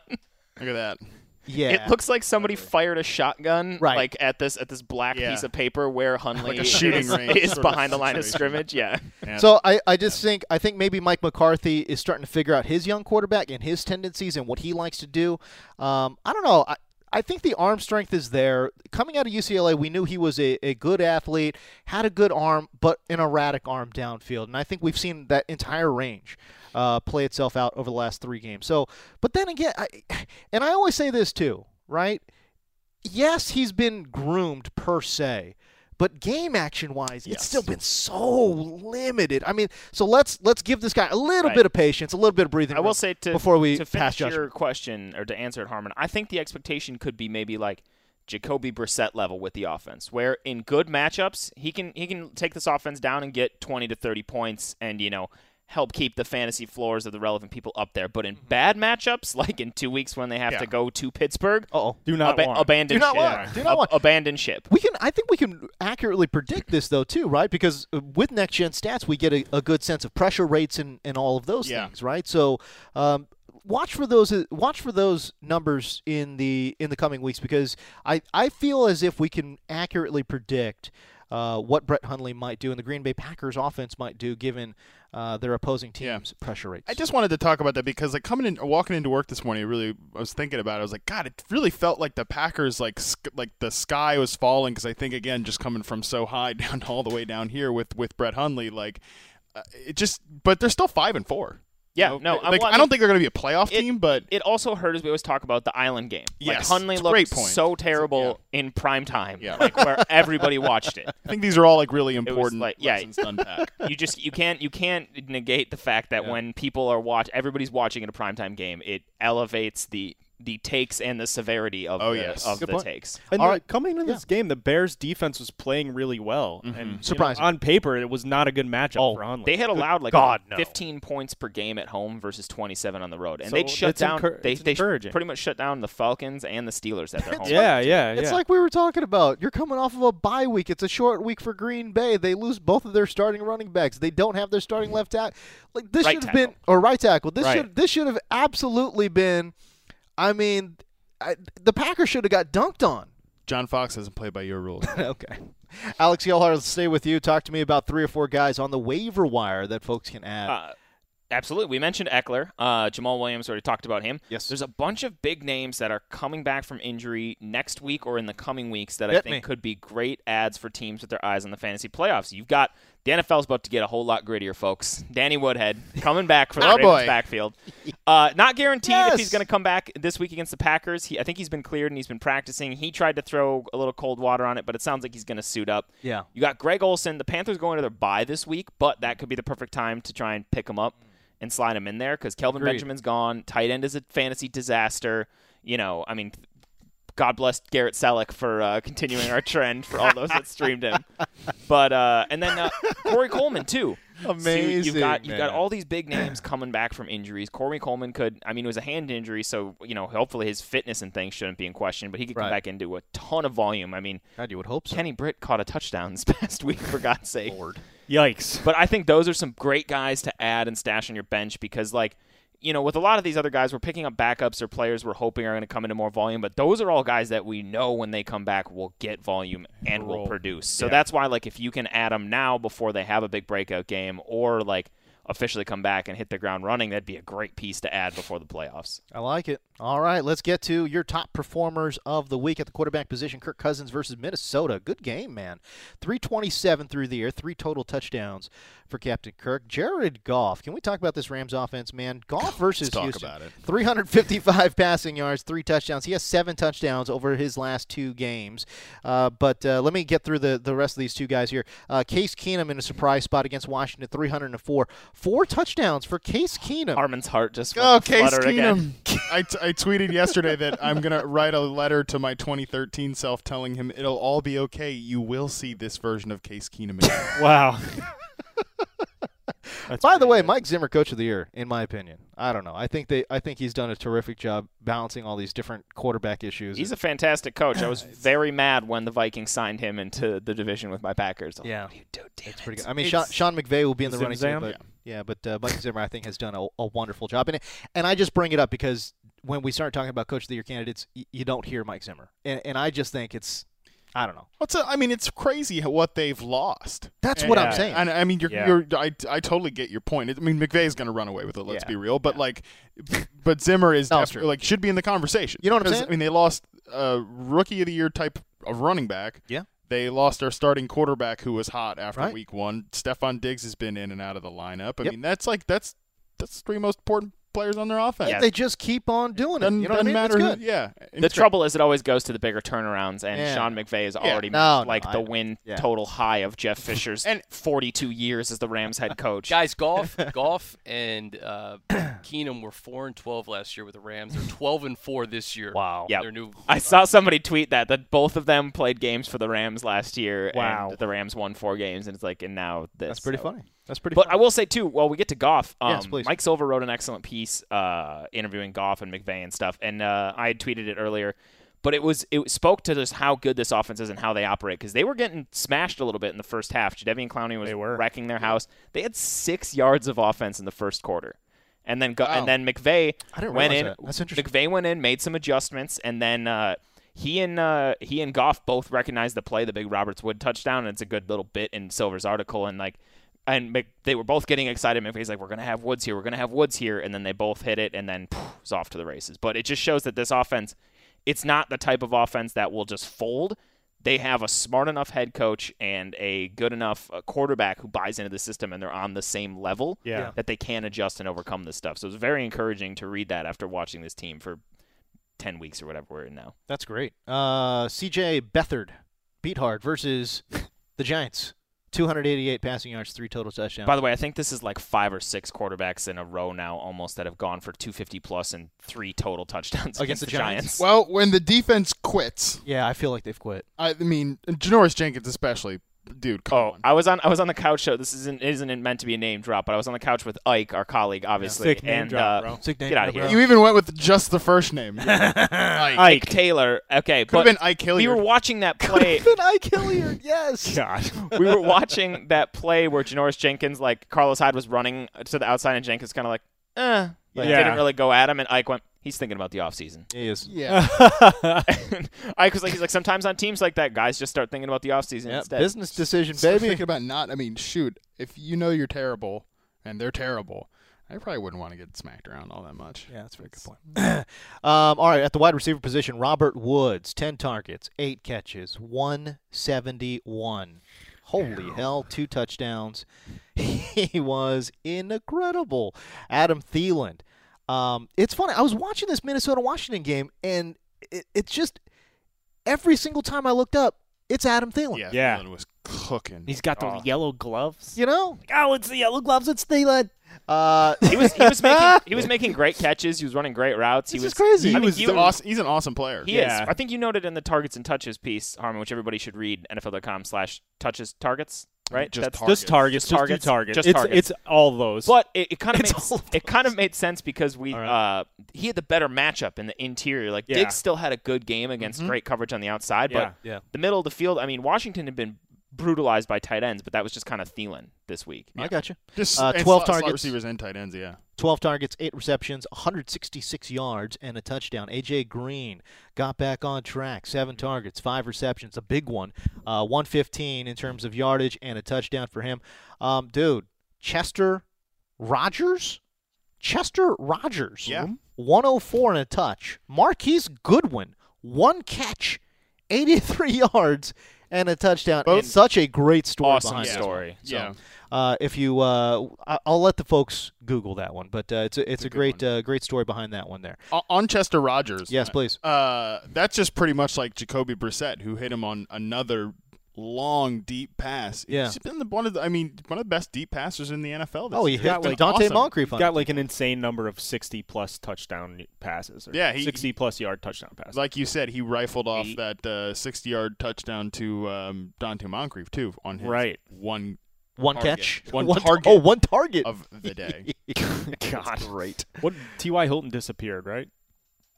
Look at that.
yeah,
It looks like somebody fired a shotgun,
Right.
Like at this at this black
Yeah.
piece of paper where Hunley
a shooting
is,
range
is
sort of
behind the line of
situation.
scrimmage. Yeah,
So I, I just think I think maybe Mike McCarthy is starting to figure out his young quarterback and his tendencies and what he likes to do. Um, I don't know. I, I think the arm strength is there. Coming out of UCLA, we knew he was a, a good athlete, had a good arm, but an erratic arm downfield. And I think we've seen that entire range uh, play itself out over the last three games. So, but then again, I, and I always say this too, right? yes, he's been groomed per se, but game action wise, it's still been so limited. I mean, so let's let's give this guy a little
Right.
bit of patience, a little bit of breathing.
I will
room
say to
before we
to
pass
finish
Josh.
your question or to answer it, Harmon. I think the expectation could be maybe like Jacoby Brissett level with the offense, where in good matchups he can he can take this offense down and get twenty to thirty points, and you know help keep the fantasy floors of the relevant people up there. But in bad matchups, like in two weeks when they have
Yeah.
to go to Pittsburgh,
Uh-oh.
Do not
aba-
want.
abandon
Do not
ship.
want. Do not
Ab-
want.
abandon ship.
we can, I think we can accurately predict this though too, right? Because uh, with next gen stats, we get a, a good sense of pressure rates and, and all of those
Yeah.
things, right? So, um, watch for those uh, watch for those numbers in the in the coming weeks because I I feel as if we can accurately predict. Uh, what Brett Hundley might do and the Green Bay Packers offense might do given uh, their opposing
Yeah.
team's pressure rates.
I just wanted to talk about that because like coming in or walking into work this morning, I really I was thinking about it. I was like, God, it really felt like the Packers like sk- like the sky was falling because I think again just coming from so high down all the way down here with with Brett Hundley, like uh, it just but they're still five and four. you
Yeah,
know?
no, I-
like,
well,
I don't think they're going to be a playoff
it-
team, but
it also hurt as we always talk about the island game.
Yes,
like Hunley
it's a
looked
great point.
so terrible in prime time,
Yeah.
like where everybody watched it.
I think these are all like really important
like- yeah.
lessons to unpack.
You just you can't you can't negate the fact that when people are watch everybody's watching in a primetime game, it elevates the the takes and the severity of
Oh,
the,
yes.
of
Good
the
point.
takes.
And
All
the-
right.
coming into this game, the Bears defense was playing really well. And you know,
Mm-hmm. Surprising. Oh,
on paper, it was not a good matchup for Hundley.
They had allowed like
God, no.
15 points per game at home versus 27 on the road, and
So
they shut
that's
down.
encour-
they
it's
they
encouraging.
pretty much shut down the Falcons and the Steelers at their home.
yeah, yeah, yeah.
It's like we were talking about. You're coming off of a bye week. It's a short week for Green Bay. They lose both of their starting running backs. They don't have their starting left tackle. Like this
Right
should have
tackle.
been or right tackle. This
Right.
should this should have absolutely been. I mean, I, the Packers should have got dunked on.
John Fox doesn't play by your rules.
okay. Alex Yellhard, let's stay with you. Talk to me about three or four guys on the waiver wire that folks can add.
Uh, absolutely. We mentioned Eckler. Uh, Jamal Williams already talked about him.
Yes.
There's a bunch of big names that are coming back from injury next week or in the coming weeks that I
Hit
think
me.
could be great ads for teams with their eyes on the fantasy playoffs. You've got the NFL's about to get a whole lot grittier, folks. Danny Woodhead coming back for the
Oh,
Ravens
boy.
backfield. Uh, not guaranteed if
Yes.
he's going to come back this week against the Packers. He, I think he's been cleared and he's been practicing. He tried to throw a little cold water on it, but it sounds like he's going to suit up.
Yeah.
You got Greg Olson. The Panthers going to their bye this week, but that could be the perfect time to try and pick him up
Mm.
and slide him in there because Kelvin Benjamin's gone. Tight end is a fantasy disaster. You know, I mean, God bless Garrett Selleck for uh, continuing our trend for all those that streamed him. But uh, and then uh, Corey Coleman too.
Amazing.
So you, have got you've got
man.
all these big names coming back from injuries. Corey Coleman could, I mean, it was a hand injury, so you know, hopefully his fitness and things shouldn't be in question. But he could
Right.
come back into a ton of volume. I mean,
God, you would hope so.
Kenny Britt caught a touchdown this past week, for God's sake.
Yikes.
But I think those are some great guys to add and stash on your bench because, like, you know, with a lot of these other guys, we're picking up backups or players we're hoping are going to come into more volume. But those are all guys that we know when they come back will get volume and will
Roll.
produce. So that's why, like, if you can add them now before they have a big breakout game or, like, officially come back and hit the ground running, that'd be a great piece to add before the playoffs.
I like it. All right, let's get to your top performers of the week at the quarterback position. Kirk Cousins versus Minnesota. Good game, man. 327 through the air, three total touchdowns for Captain Kirk. Jared Goff. Can we talk about this Rams offense, man? Goff versus
talk
Houston.
about it.
355 passing yards, three touchdowns. He has seven touchdowns over his last two games. Uh, but uh, let me get through the, the rest of these two guys here. Uh, Case Keenum in a surprise spot against Washington, 304. Four touchdowns for Case Keenum.
Armin's heart just went
Oh, Case
flutter again.
Keenum. I, t- I tweeted yesterday that I'm going to write a letter to my 2013 self telling him it'll all be okay. You will see this version of Case Keenum again.
Wow. That's
By the
pretty
way,
good.
Mike Zimmer, coach of the year, in my opinion. I don't know. I think they. I think he's done a terrific job balancing all these different quarterback issues.
He's a fantastic coach. I was very mad when the Vikings signed him into the division with my Packers.
yeah,
You do, damn
it's
it.
pretty good. I mean, Sean, Sean McVay will be in the
Zim
running
Zam?
too, but yeah, but uh, Mike Zimmer, I think, has done a, a wonderful job. And and I just bring it up because when we start talking about coach of the year candidates, y- you don't hear Mike Zimmer, and and I just think it's, I don't know.
What's a, I mean, it's crazy how- what they've lost.
That's
And-
what I'm
Yeah.
saying.
And I mean, you're,
Yeah.
you're I, I totally get your point. I mean, McVay's going to run away with it. Let's
Yeah.
be real. But like, but Zimmer is
No, it's
def-
true.
like should be in the conversation.
You know what I'm
'Cause,
saying?
I mean, they lost a rookie of the year type of running back.
Yeah.
They lost our starting quarterback who was hot after
Right.
week one. Stefan Diggs has been in and out of the lineup. I
Yep.
mean, that's like that's that's three most important players on their offense.
They just keep on doing it.
Doesn't,
You know what I
doesn't
mean? It's
matter.
good.
Who, yeah.
The trouble is, it always goes to the bigger turnarounds, and
Yeah.
Sean McVay is
Yeah.
already
No,
matched,
no,
like
I
the
know.
win
Yeah.
total high of Jeff Fisher's
And-
42 years as the Rams head coach.
Guys, golf, golf, and uh, Keenum were four and twelve last year with the Rams. They're twelve and four this year.
Wow.
Yep.
Their new.
I saw somebody tweet that that both of them played games for the Rams last year,
Wow.
and the Rams won four games, and it's like, and now this.
That's pretty
So-
funny. That's pretty.
But
funny.
I will say too, while we get to Goff, um,
Yes, please.
Mike Silver wrote an excellent piece uh, interviewing Goff and McVay and stuff, and uh, I had tweeted it earlier. But it was it spoke to just how good this offense is and how they operate because they were getting smashed a little bit in the first half. Jadevian Clowney was
They were.
wrecking their house. They had six yards of offense in the first quarter, and then go-
Wow.
and then McVay
I didn't
went
realize
in.
that. That's interesting.
McVay went in, made some adjustments, and then uh, he and uh, he and Goff both recognized the play, the big Roberts Wood touchdown, and it's a good little bit in Silver's article. And like, and Mc, they were both getting excited. McVay's like, "We're gonna have Woods here. We're gonna have Woods here," and then they both hit it, and then phew, it's off to the races. But it just shows that this offense, it's not the type of offense that will just fold. They have a smart enough head coach and a good enough uh, quarterback who buys into the system, and they're on the same level
Yeah. Yeah.
that they can adjust and overcome this stuff. So it's very encouraging to read that after watching this team for 10 weeks or whatever we're in now.
That's great. Uh, C.J. Beathard, beat hard versus the Giants. 288 passing yards, three total touchdowns.
By the way, I think this is like five or six quarterbacks in a row now almost that have gone for 250 plus and three total touchdowns
Against
against,
the
the
Giants?
Giants.
Well, when the defense quits,
yeah, I feel like they've quit.
I mean, Janoris Jenkins especially, dude. Come
Oh,
on.
I was on I was on the couch show. This isn't isn't meant to be a name drop, but I was on the couch with Ike, our colleague, obviously,
Sick name
and
drop,
uh,
bro.
Sick name
get out of
drop,
here.
You even went with just the first name.
Ike.
Ike.
Taylor. Okay,
Could have
but
been Ike Hilliard.
we were watching that play.
I Hilliard, yes.
God.
we were watching that play where Janoris Jenkins, like Carlos Hyde, was running to the outside, and Jenkins kind of like, eh, like,
Yeah.
didn't really go at him, and Ike went, he's thinking about the offseason.
He is.
yeah.
And Ike was like, he's like, sometimes on teams like that, guys just start thinking about the offseason
Yeah,
instead.
business decision,
Start
baby.
thinking about not. I mean, shoot. If you know you're terrible and they're terrible, I probably wouldn't want to get smacked around all that much.
Yeah, that's a very good point. um, all right, at the wide receiver position, Robert Woods, 10 targets, 8 catches, 171. Holy hell, two touchdowns. He was incredible. Adam Thielen. Um, it's funny. I was watching this Minnesota Washington game, and it, it's just every single time I looked up, it's Adam Thielen.
Yeah.
Yeah.
Thielen was cooking.
He's got the yellow gloves.
You know?
Oh, it's the yellow gloves. It's Thielen.
Uh,
he was he was making he was making great catches. He was running great routes. He
This
was
is crazy.
He
I think
was
you-
the awes- he's an awesome player.
He
Yeah.
is. I think you noted in the targets and touches piece, Harmon, which everybody should read, NFL.com slash touches targets. right?
Just
That's-
targets.
Just targets. Just
Just
do
targets.
targets.
Just
it's,
targets.
It's all those.
But it, it kind of
It's all
made,
of
it kind of made sense because we
All right.
uh, he had the better matchup in the interior. Like
Yeah. Mm-hmm.
Diggs still had a good game against great coverage on the outside, but
Yeah. Yeah.
the middle of the field. I mean, Washington had been brutalized by tight ends, but that was just kind of Thielen this week.
I got you.
Just
Uh,
and
12
slot- slot
targets.
receivers and tight ends. Yeah.
12 targets, 8 receptions, 166 yards, and a touchdown. A.J. Green got back on track. 7 targets, 5 receptions, a big one. Uh, 115 in terms of yardage and a touchdown for him. Um, dude, Chester Rogers? Chester Rogers.
Yeah.
104 and a touch. Marquise Goodwin, one catch, 83 yards, and a touchdown.
Both-
It's such a great story
Awesome
behind this one.
story.
So,
Yeah.
Uh, if you, uh, I- I'll let the folks Google that one, but uh, it's a, it's, a,
good
great uh, great story behind that one there.
O- on Chester Rogers.
Yes, please.
Uh, that's just pretty much like Jacoby Brissett, who hit him on another long deep pass.
Yeah.
he's been the, one of the, I mean, one of the best deep passers in the NFL. This
Oh, he
year.
hit
It's been
Dante
awesome.
Moncrief on.
Got like an insane number of 60 plus touchdown passes. Or
Yeah, he-
60 plus yard touchdown passes.
Like you said, he rifled off
Eight.
that uh, sixty-yard touchdown to um, Dante Moncrief too on his
Right.
one
one
target.
catch,
One
one tar-
target
oh, one target.
of the day.
God.
Great.
What? T.Y. Hilton disappeared, right?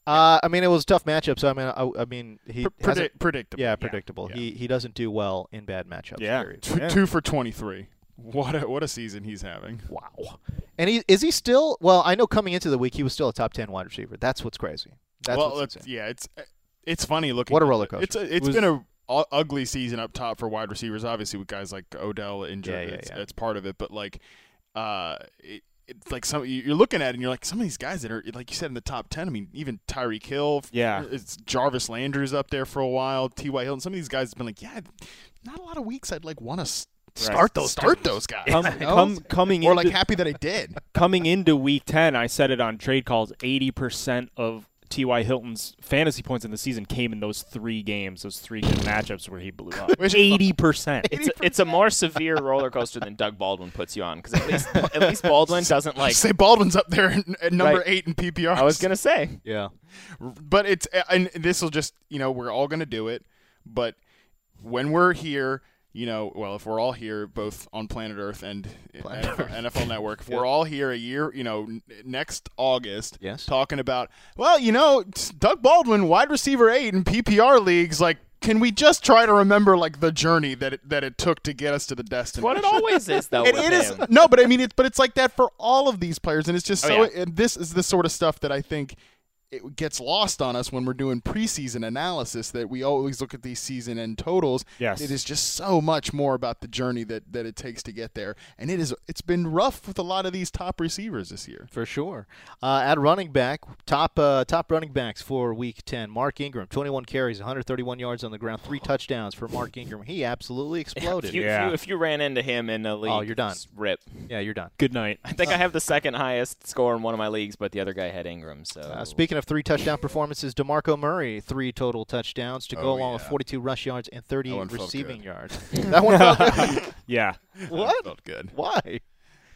Uh, I mean, it was a tough matchup. So I mean, I, I mean, he
Pre-
hasn't-
predict- predictable.
yeah, predictable.
Yeah.
He he doesn't do well in bad matchups.
Yeah.
period.
Two,
Yeah.
two for twenty-three. What a, what a season he's having.
Wow. And he is he still? Well, I know coming into the week he was still a top ten wide receiver. That's what's crazy. That's
well,
what's
it's,
insane.
yeah, it's it's funny looking.
What a
at
roller
it.
coaster.
It's a, it's
Was-
been a u- ugly season up top for wide receivers. Obviously, with guys like Odell injured,
Yeah, yeah,
it's,
yeah.
it's part of it. But like, uh, it, it's like some you- you're looking at it and you're like, some of these guys that are like you said in the top ten. I mean, even Tyreek Hill.
Yeah.
it's Jarvis Landry's up there for a while. T. Y. Hilton. Some of these guys have been like, yeah, not a lot of weeks. I'd like want to start those start those guys.
Come,
you know?
come, coming
or
into,
like happy that I did.
coming into week 10, I said it on trade calls 80% of T.Y. Hilton's fantasy points in the season came in those three games, those three good matchups where he blew up.
Which-
80%.
It's a, it's a more severe roller coaster than Doug Baldwin puts you on because at least at least Baldwin doesn't like.
say Baldwin's up there in, at number
Right.
eight in PPR.
I was gonna say
yeah.
but it's and this will just you know we're all gonna do it but when we're here you know well if we're all here both on planet earth and NFL, NFL network if we're all here a year you know n- next august
Yes.
talking about well you know doug baldwin wide receiver eight in ppr leagues like can we just try to remember like the journey that it, that it took to get us to the destination
what it always is though.
it,
with
it is
him.
no, but I mean it's but it's like that for all of these players, and it's just
Oh,
so.
yeah.
And this is the sort of stuff that I think it gets lost on us when we're doing preseason analysis. That we always look at these season end totals.
Yes.
it is just so much more about the journey that that it takes to get there, and it is it's been rough with a lot of these top receivers this year.
For sure. Uh, at running back, top uh, top running backs for Week 10. Mark Ingram, 21 carries, 131 yards on the ground, three touchdowns for Mark Ingram. He absolutely
If
exploded.
you,
yeah.
if,
Yeah.
you, if you ran into him in a league,
Oh, you're done. Uh.
just Rip.
you're done.
Good night.
I think I have the second highest score in one of my leagues, but the other guy had Ingram. So
Oh.
Uh, speaking of three touchdown performances, DeMarco Murray, three total touchdowns to go
Oh,
along with
yeah.
42 rush yards and 30
That one felt
receiving
good.
yards. that one felt good.
Yeah.
What felt good?
Why?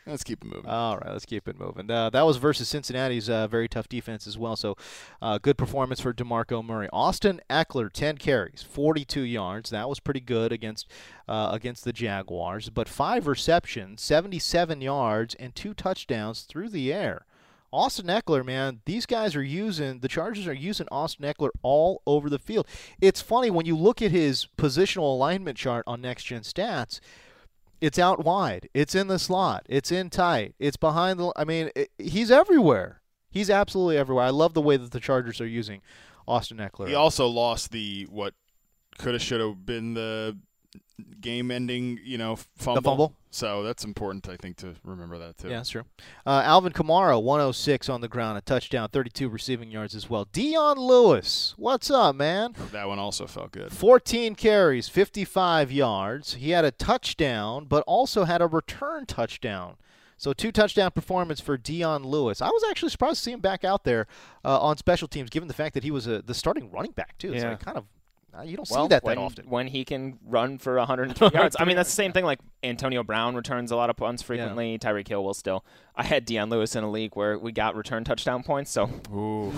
Let's keep it moving.
All right, let's keep it moving. Uh, that was versus Cincinnati's uh, very tough defense as well. So, uh, good performance for Demarco Murray. Austin Eckler, ten carries, forty-two yards. That was pretty good against uh, against the Jaguars. But five receptions, seventy-seven yards, and two touchdowns through the air. Austin Eckler, man, these guys are using the Chargers are using Austin Eckler all over the field. It's funny when you look at his positional alignment chart on Next Gen Stats it's out wide. It's in the slot. It's in tight. It's behind the. I mean, it, he's everywhere. He's absolutely everywhere. I love the way that the Chargers are using Austin Eckler.
He also lost the what could have should have been the game-ending, you know, fumble.
fumble?
So that's important, I think, to remember that too.
yeah, that's true. Uh, Alvin Kamara, 106 on the ground, a touchdown, 32 receiving yards as well. Dion Lewis, what's up, man?
That one also felt good.
14 carries, 55 yards. He had a touchdown, but also had a return touchdown. So two touchdown performance for Dion Lewis. I was actually surprised to see him back out there uh, on special teams, given the fact that he was uh, the starting running back too. It's
Yeah.
like kind of uh, you don't
well,
see that
when,
that often.
when he can run for 103 yards. I mean, that's the same thing. Like Antonio Brown returns a lot of punts frequently. Tyreek Hill will still. I had Deion Lewis in a league where we got return touchdown points, so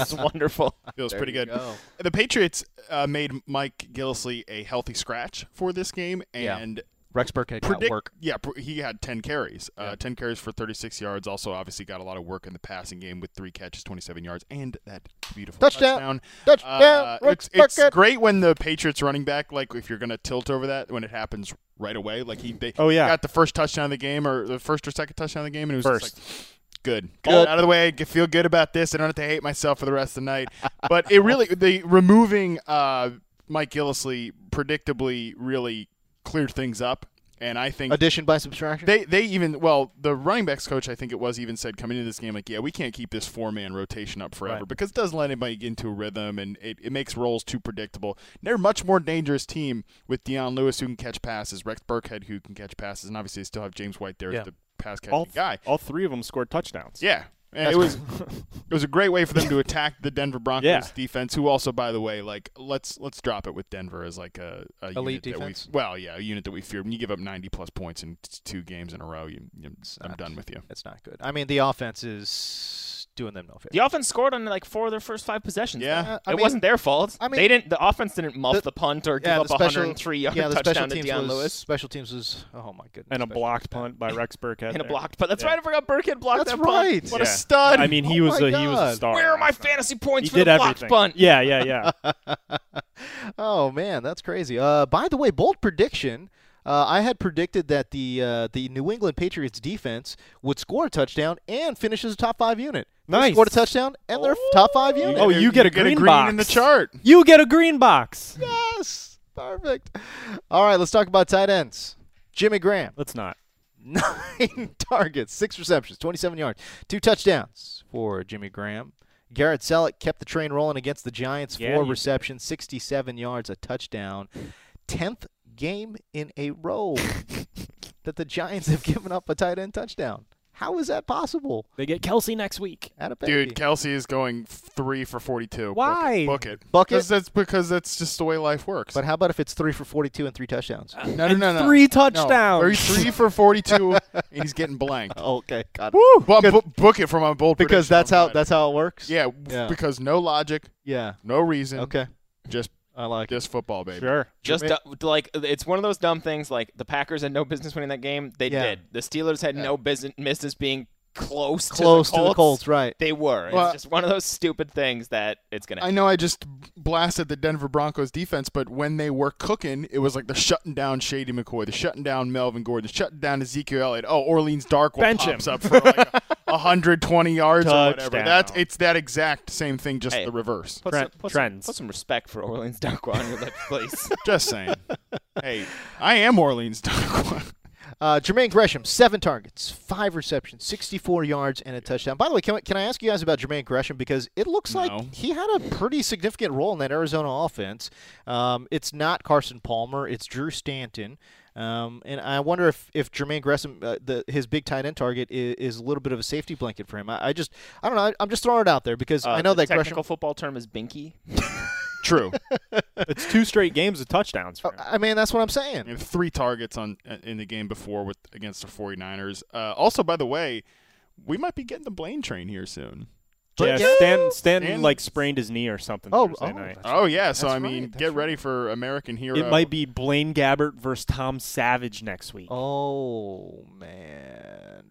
it's wonderful.
Feels pretty good. The Patriots uh, made Mike Gillisley a healthy scratch for this game,
Yeah.
and
Rex Burkhead got
predict-
work.
Yeah, pr- he had 10 carries. Uh, 10 carries for 36 yards. Also, obviously, got a lot of work in the passing game with three catches, 27 yards, and that beautiful
Touchdown.
touchdown.
Touchdown,
Uh,
Rex
it's, it's
Burkhead.
great when the Patriots running back, like, if you're going to tilt over that, when it happens right away. Like, he they
Oh, yeah.
got the first touchdown of the game or the first or second touchdown of the game, and it was
First.
just like, Good. Ball out of the way. Get, feel good about this. I don't have to hate myself for the rest of the night. But it really, the removing uh, Mike Gillisley predictably really cleared things up. And I think
Addition by subtraction.
they they even well the running backs coach I think it was even said coming into this game like yeah we can't keep this four man rotation up forever
Right.
because it doesn't let anybody get into a rhythm and it, it makes roles too predictable. And they're a much more dangerous team with Deion Lewis who can catch passes, Rex Burkhead who can catch passes, and obviously they still have James White there
Yeah.
as the pass catching
All,
guy.
all three of them scored touchdowns.
Yeah. And it was it was a great way for them to attack the Denver Broncos
Yeah.
defense, who also, by the way, like let's let's drop it with Denver as like a, a
Elite
unit that we-
defense?
well, yeah, a unit that we fear. When you give up ninety plus points in t- two games in a row, you, you I'm
not-
done with you.
It's not good. I mean, the offense is doing them no favor.
The offense scored on like four of their first five possessions.
Yeah.
though.
Uh,
I
it
mean-
wasn't their fault.
I mean-
they didn't. The offense didn't muff
The-
the, punt or give
yeah,
up
the
a
special,
103 yard
yeah, the special
touchdown to
teams
Deion
was,
Lewis
Special teams was oh my goodness.
And a
special
blocked
teams.
punt by Rex Burkhead.
and a
there.
blocked. But that's
Yeah.
right, I forgot Burkhead blocked
That's
that punt.
right.
What
Yeah.
a stud!
I mean, he
Oh
was
my
a he was
God.
a star.
where are my
last night.
fantasy points
He
for the
did
blocked
everything.
punt?
Yeah, yeah, yeah.
Oh man, that's crazy. Uh, by the way, bold prediction. Uh, I had predicted that the uh, the New England Patriots defense would score a touchdown and finish as a top five unit. They
Nice.
scored a touchdown and they're a top five unit.
Oh, you get a
get
green
a green
box.
in the chart.
You get a green box.
yes, perfect. All right, let's talk about tight ends. Jimmy Graham,
Let's not.
nine targets, six receptions, 27 yards, two touchdowns for Jimmy Graham. Garrett Selleck kept the train rolling against the Giants,
Yeah,
four
he did.
receptions, 67 yards, a touchdown. Tenth game in a row that the Giants have given up a tight end touchdown. How is that possible?
They get Kelsey next week.
At a
Dude, Kelsey is going three for forty-two.
Why?
book it?
Bucket?
Because that's because that's just the way life works.
but how about if it's three for 42 and three touchdowns?
no, no,
and
no, no.
three
No.
touchdowns.
Or he's three for forty-two, and he's getting blank.
okay, got it.
Woo! Well, bu- book it for my bold
Oh, Because
prediction on
that's how
Friday.
that's how it works.
yeah,
Yeah.
because no logic,
Yeah.
no reason.
Okay.
just
I like it.
just football, baby.
Sure.
Just du- like it's one of those dumb things. Like the Packers had no business winning that game. They
Yeah.
did. The Steelers had no business business being close,
Close
to, the Colts.
right?
They were.
Well,
it's just one of those stupid things that it's gonna.
I know I just blasted the Denver Broncos defense, but when they were cooking, it was like the shutting down Shady McCoy, the shutting down Melvin Gordon, the shutting down Ezekiel Elliott. Oh, Orleans Darkwell
Bench
pops
him.
up for like a- 120 yards or whatever.
Touchdown.
That's it's that exact same thing, just
Hey.
the reverse.
Put
Trend-
some, put
trends.
Some, put some respect for Orleans Darkwa on your lips, please.
Just saying. hey, I am Orleans Darkwell.
Uh, Jermaine Gresham, seven targets, five receptions, 64 yards, and a touchdown. By the way, can, I- can I ask you guys about Jermaine Gresham? Because it looks
No.
like he had a pretty significant role in that Arizona offense. Um, it's not Carson Palmer, it's Drew Stanton. Um, and I wonder if, if Jermaine Gresham, uh, the, his big tight end target, is, is a little bit of a safety blanket for him. I, I just, I don't know. I, I'm just throwing it out there because I
Uh,
know
the
that Gresham.
technical football term is binky.
True.
It's two straight games of touchdowns for him.
Oh, I mean, that's what I'm saying.
And three targets on uh, in the game before with against the 49ers. Uh, also, by the way, we might be getting the Blaine train here soon.
Yeah,
Yeah.
Stan, Stan
Stan-
like sprained his knee or something
Oh,
Thursday
oh,
night.
that's-
Oh yeah, so
That's
I mean,
right, that's
get
right.
ready for American Hero.
It might be Blaine Gabbert versus Tom Savage next week.
Oh, man.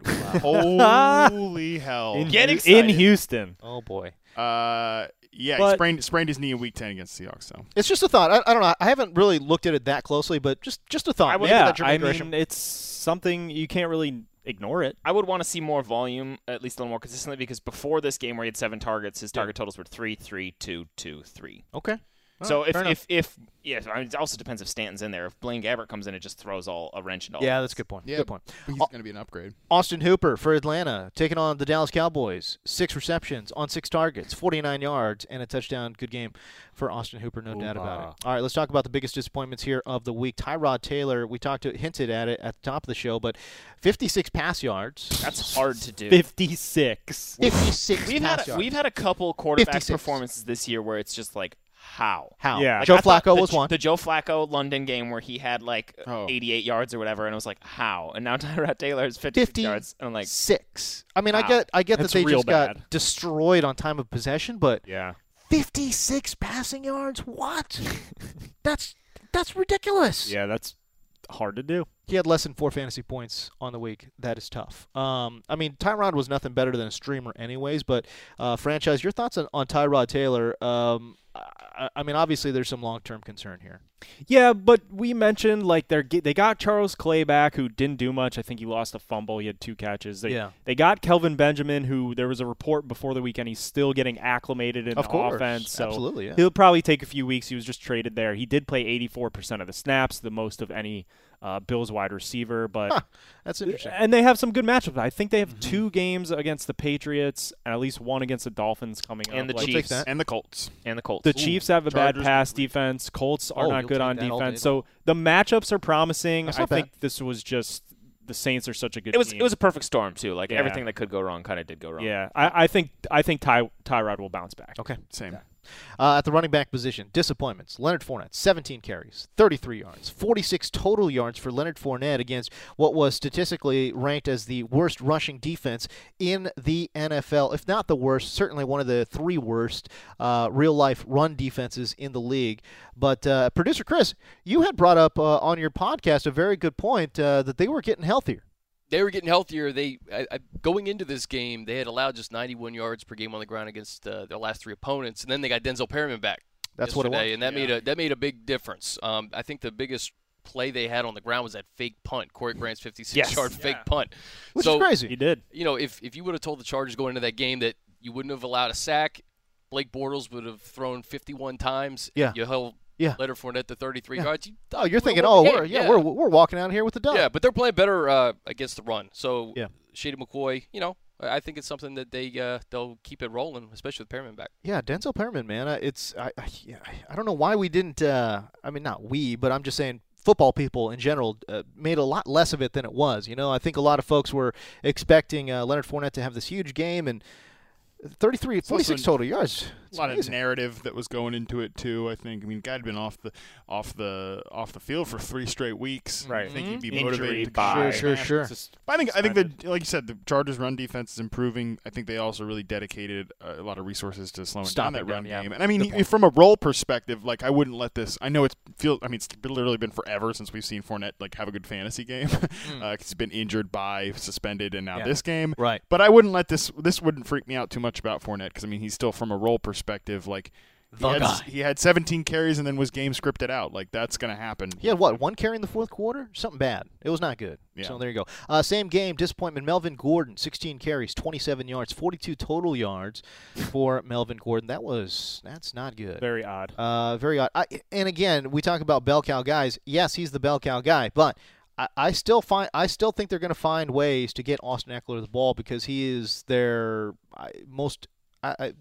Wow.
Holy hell!
in,
Get
in
excited.
Houston.
oh, boy.
Uh, yeah, he
But-
sprained sprained his knee in Week Ten against the Seahawks. So
It's just a thought. I, I don't know. I haven't really looked at it that closely, but just just a thought. What do you
yeah,
think about Jermaine
I
Gresham?
mean, it's something you can't really ignore it.
I would want to see more volume, at least a little more consistently, because before this game where he had seven targets, his target totals were three, three, two, two, three.
okay.
so
Alright,
if
fair enough.
if if yeah, I mean, it also depends if Stanton's in there. If Blaine Gabbert comes in, it just throws all a wrench into all.
yeah, that's a good point.
yeah,
Good point.
He's
Au-
going to be an upgrade.
Austin Hooper for Atlanta taking on the Dallas Cowboys. Six receptions on six targets, 49 yards, and a touchdown. Good game for Austin Hooper, no doubt about it. All right, let's talk about the biggest disappointments here of the week. Tyrod Taylor, we talked to hinted at it at the top of the show, but 56 pass yards.
that's hard to do.
56.
56
We've
pass
had a,
yards.
we've had a couple quarterback
56.
performances this year where it's just like how
How?
Yeah.
Joe
I thought
Flacco
the,
was one.
The Joe Flacco London game where he had like
Oh.
88 yards or whatever, and I was like, how? And now Tyrod Taylor has 56
50
yards, and I'm like,
six. I mean, I
Wow.
get I get
That's
that they
real
just
bad.
got destroyed on time of possession, but
Yeah.
56 passing yards. What? that's that's ridiculous.
Yeah, that's hard to do.
He had less than four fantasy points on the week. That is tough. Um, I mean, Tyrod was nothing better than a streamer, anyways. But uh, franchise, your thoughts on, on Tyrod Taylor? Um, I, I mean, obviously, there's some long-term concern here.
Yeah, but we mentioned like they're ge- they got Charles Clay back, who didn't do much. I think he lost a fumble. He had two catches. They,
Yeah.
they got Kelvin Benjamin, who there was a report before the weekend he's still getting acclimated in
Of
the
course.
offense. So
Absolutely, yeah.
he'll probably take a few weeks. He was just traded there. He did play 84% of the snaps, the most of any uh, Bills wide receiver. But
That's interesting.
and they have some good matchups. I think they have
Mm-hmm.
two games against the Patriots and at least one against the Dolphins coming up.
And the
Like,
Chiefs.
that.
and the Colts.
And the Colts.
the Chiefs have a
Chargers.
bad pass defense. Colts are
Oh,
not
you'll
good
take
on
that all
defense.
day long.
So the matchups are promising.
That's
I
not bad.
think this was just the Saints are such a good
it was
team.
it was a perfect storm too. Like
Yeah.
everything that could go wrong kind of did go wrong.
yeah. I, I think I think Ty Tyrod will bounce back.
okay.
Same.
Uh, at the running back position, disappointments. Leonard Fournette, 17 carries, 33 yards, 46 total yards for Leonard Fournette against what was statistically ranked as the worst rushing defense in the NFL. If not the worst, certainly one of the three worst uh, real life run defenses in the league. But uh, producer Chris, you had brought up uh, on your podcast a very good point uh, that they were getting healthier.
they were getting healthier. They I, I, going into this game, they had allowed just 91 yards per game on the ground against uh, their last three opponents, and then they got Denzel Perryman back.
That's what it
yesterday,
was.
and that made a that made a big difference. Um, I think the biggest play they had on the ground was that fake punt, Corey Grant's 56-yard fake punt,
Which
so,
is crazy.
He did.
You know, if if you would have told the Chargers going into that game that you wouldn't have allowed a sack, Blake Bortles would have thrown 51 times.
Yeah.
you held
Yeah.
Leonard Fournette to 33
Yeah.
yards. You,
Oh, you're
we
thinking,
won
oh,
the
we're,
game.
yeah, We're, we're walking out here with the dub.
yeah, but they're playing better uh, against the run. So
Yeah.
Shady McCoy, you know, I I think it's something that they uh, they'll keep it rolling, especially with Perriman back.
Yeah, Denzel Perriman, man. I- It's I, I yeah, I don't know why we didn't. Uh, I mean, not we, but I'm just saying football people in general uh, made a lot less of it than it was. You know, I think a lot of folks were expecting uh, Leonard Fournette to have this huge game and 33,
also
46 total yards.
A
It's
lot of
amazing.
narrative that was going into it too. I think. I mean, guy had been off the off the off the field for three straight weeks.
Right.
I think he'd be
Injury
motivated. to
bug.
come
sure, sure,
Aye.
back.
sure.
Just
But I think I think
excited.
the like you said, the Chargers' run defense is improving. I think they also really dedicated uh, a lot of resources to slowing
Stopping
down that run
them, yeah.
game. And I mean, he- from a role perspective, like I wouldn't let this. I know it's feel. I mean, it's literally been forever since we've seen Fournette like have a good fantasy game. Uh, 'cause he's been injured by, suspended, and now
Hmm. Yeah.
this game.
Right.
But I wouldn't let this. This wouldn't freak me out too much about Fournette because I mean, he's still from a role perspective, like.
The
he, had,
guy.
he had 17 carries and then was game scripted out. Like that's gonna happen.
He had what one carry in the fourth quarter? Something bad. It was not good.
Yeah.
So there you go. Uh, same game disappointment. Melvin Gordon, 16 carries, 27 yards, 42 total yards for Melvin Gordon. That was that's not good.
very odd.
Uh, very odd. I, and again, we talk about bell cow guys. Yes, he's the bell cow guy, but I, I still find I still think they're going to find ways to get Austin Eckler the ball because he is their I, most. I, I,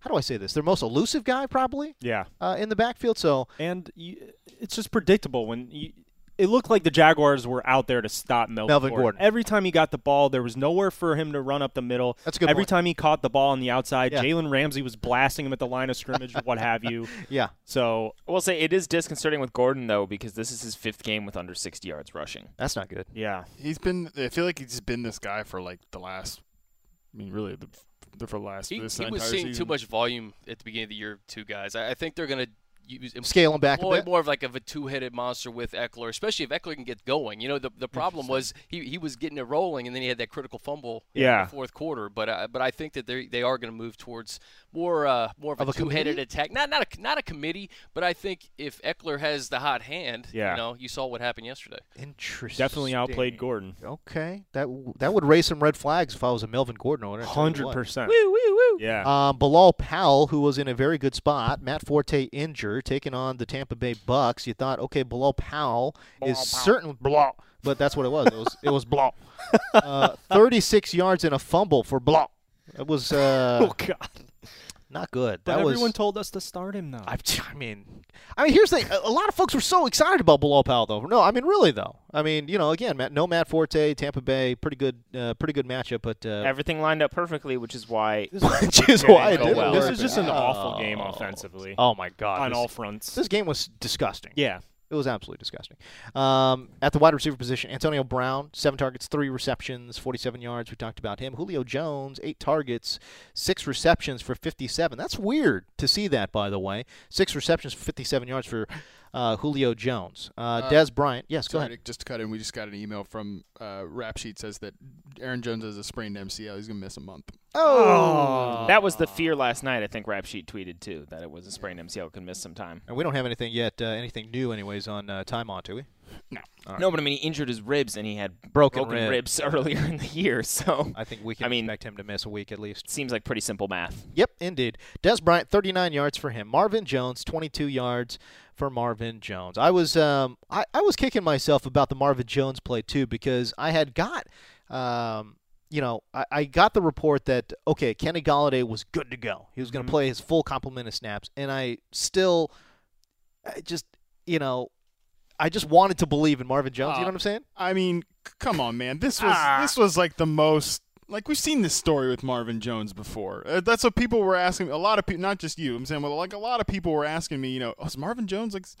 how do I say this? Their most elusive guy, probably
Yeah.
uh, in the backfield. So
And you, it's just predictable when you, it looked like the Jaguars were out there to stop Melvin,
Melvin Gordon.
Every time he got the ball, there was nowhere for him to run up the middle.
That's a good
Every
point.
time he caught the ball on the outside,
Yeah.
Jalen Ramsey was blasting him at the line of scrimmage, what have you.
yeah,
So
I will say it is disconcerting with Gordon though because this is his fifth game with under 60 yards rushing.
that's not good.
yeah,
He's been. I feel like he's been this guy for like the last. I mean, really, the, the for the last.
He,
this
he was
entire
seeing too
season.
much volume at the beginning of the year, too, guys. I, I think they're going to use
Scale him back a
employ
bit.
more of like of a two-headed monster with Eckler, especially if Eckler can get going. You know, the, the problem was he, he was getting it rolling, and then he had that critical fumble in
Yeah.
the fourth quarter. But uh, but I think that they they are going to move towards more uh, more of,
Of
a,
a
two-headed
committee?
attack. Not not a, not a committee, but I think if Eckler has the hot hand,
Yeah.
you know, you saw what happened yesterday.
Interesting.
definitely outplayed Gordon.
Okay, that w- that would raise some red flags if I was a Melvin Gordon owner. I tell you
Hundred
what.
percent. Yeah.
Um, Bilal Powell, who was in a very good spot, Matt Forte injured, taking on the Tampa Bay Bucks. You thought, okay, Bilal Powell is certain blah, but that's what it was. It was it was blah. Uh, Thirty-six yards and a fumble for blah. That was uh,
oh God.
not good.
But
that was.
everyone told us to start him though.
I, I mean, I mean, here's the thing. A- A lot of folks were so excited about Bilal Powell, though. No, I mean, really, though. I mean, you know, again, Matt, no Matt Forte, Tampa Bay, pretty good, uh, pretty good matchup. But uh,
Everything lined up perfectly, which is why
which is why it
go
didn't
well.
This
work.
is just an awful
Oh.
game offensively
Oh my God,
on
this-
all fronts.
This game was disgusting.
Yeah.
It was absolutely disgusting. Um, at the wide receiver position, Antonio Brown, seven targets, three receptions, 47 yards. We talked about him. Julio Jones, eight targets, six receptions for 57. That's weird to see that, by the way. Six receptions for 57 yards for uh, Julio Jones. Uh, Des Bryant, yes, go
Sorry,
ahead.
Nick, just to cut in, we just got an email from uh, Rap Sheet says that Aaron Jones has a sprained MCL. He's gonna miss a month.
Oh!
That was the fear last night. I think Rap Sheet tweeted too that it was a sprained MCL could miss some time.
And we don't have anything yet, uh, anything new, anyways, on uh, time on, do we?
No, but I mean he injured his ribs and he had
Broken rib.
ribs earlier in the year, so
I think we can
I mean-
expect him to miss a week at least.
seems like pretty simple math.
Yep, indeed. Des Bryant, 39 yards for him. Marvin Jones, 22 yards for Marvin Jones. I was um, I, I was kicking myself about the Marvin Jones play too because I had got um, you know I, I got the report that okay Kenny Galladay was good to go. He was
Mm-hmm.
going to play his full complement of snaps, and I still I just you know I just wanted to believe in Marvin Jones. you know
Uh,
what I'm saying?
I mean, c- come on, man. This was
Ah.
this was like the most like we've seen this story with Marvin Jones before. Uh, that's what people were asking. A lot of people, not just you. I'm saying, well, like a lot of people were asking me. You know, oh, is Marvin Jones like s-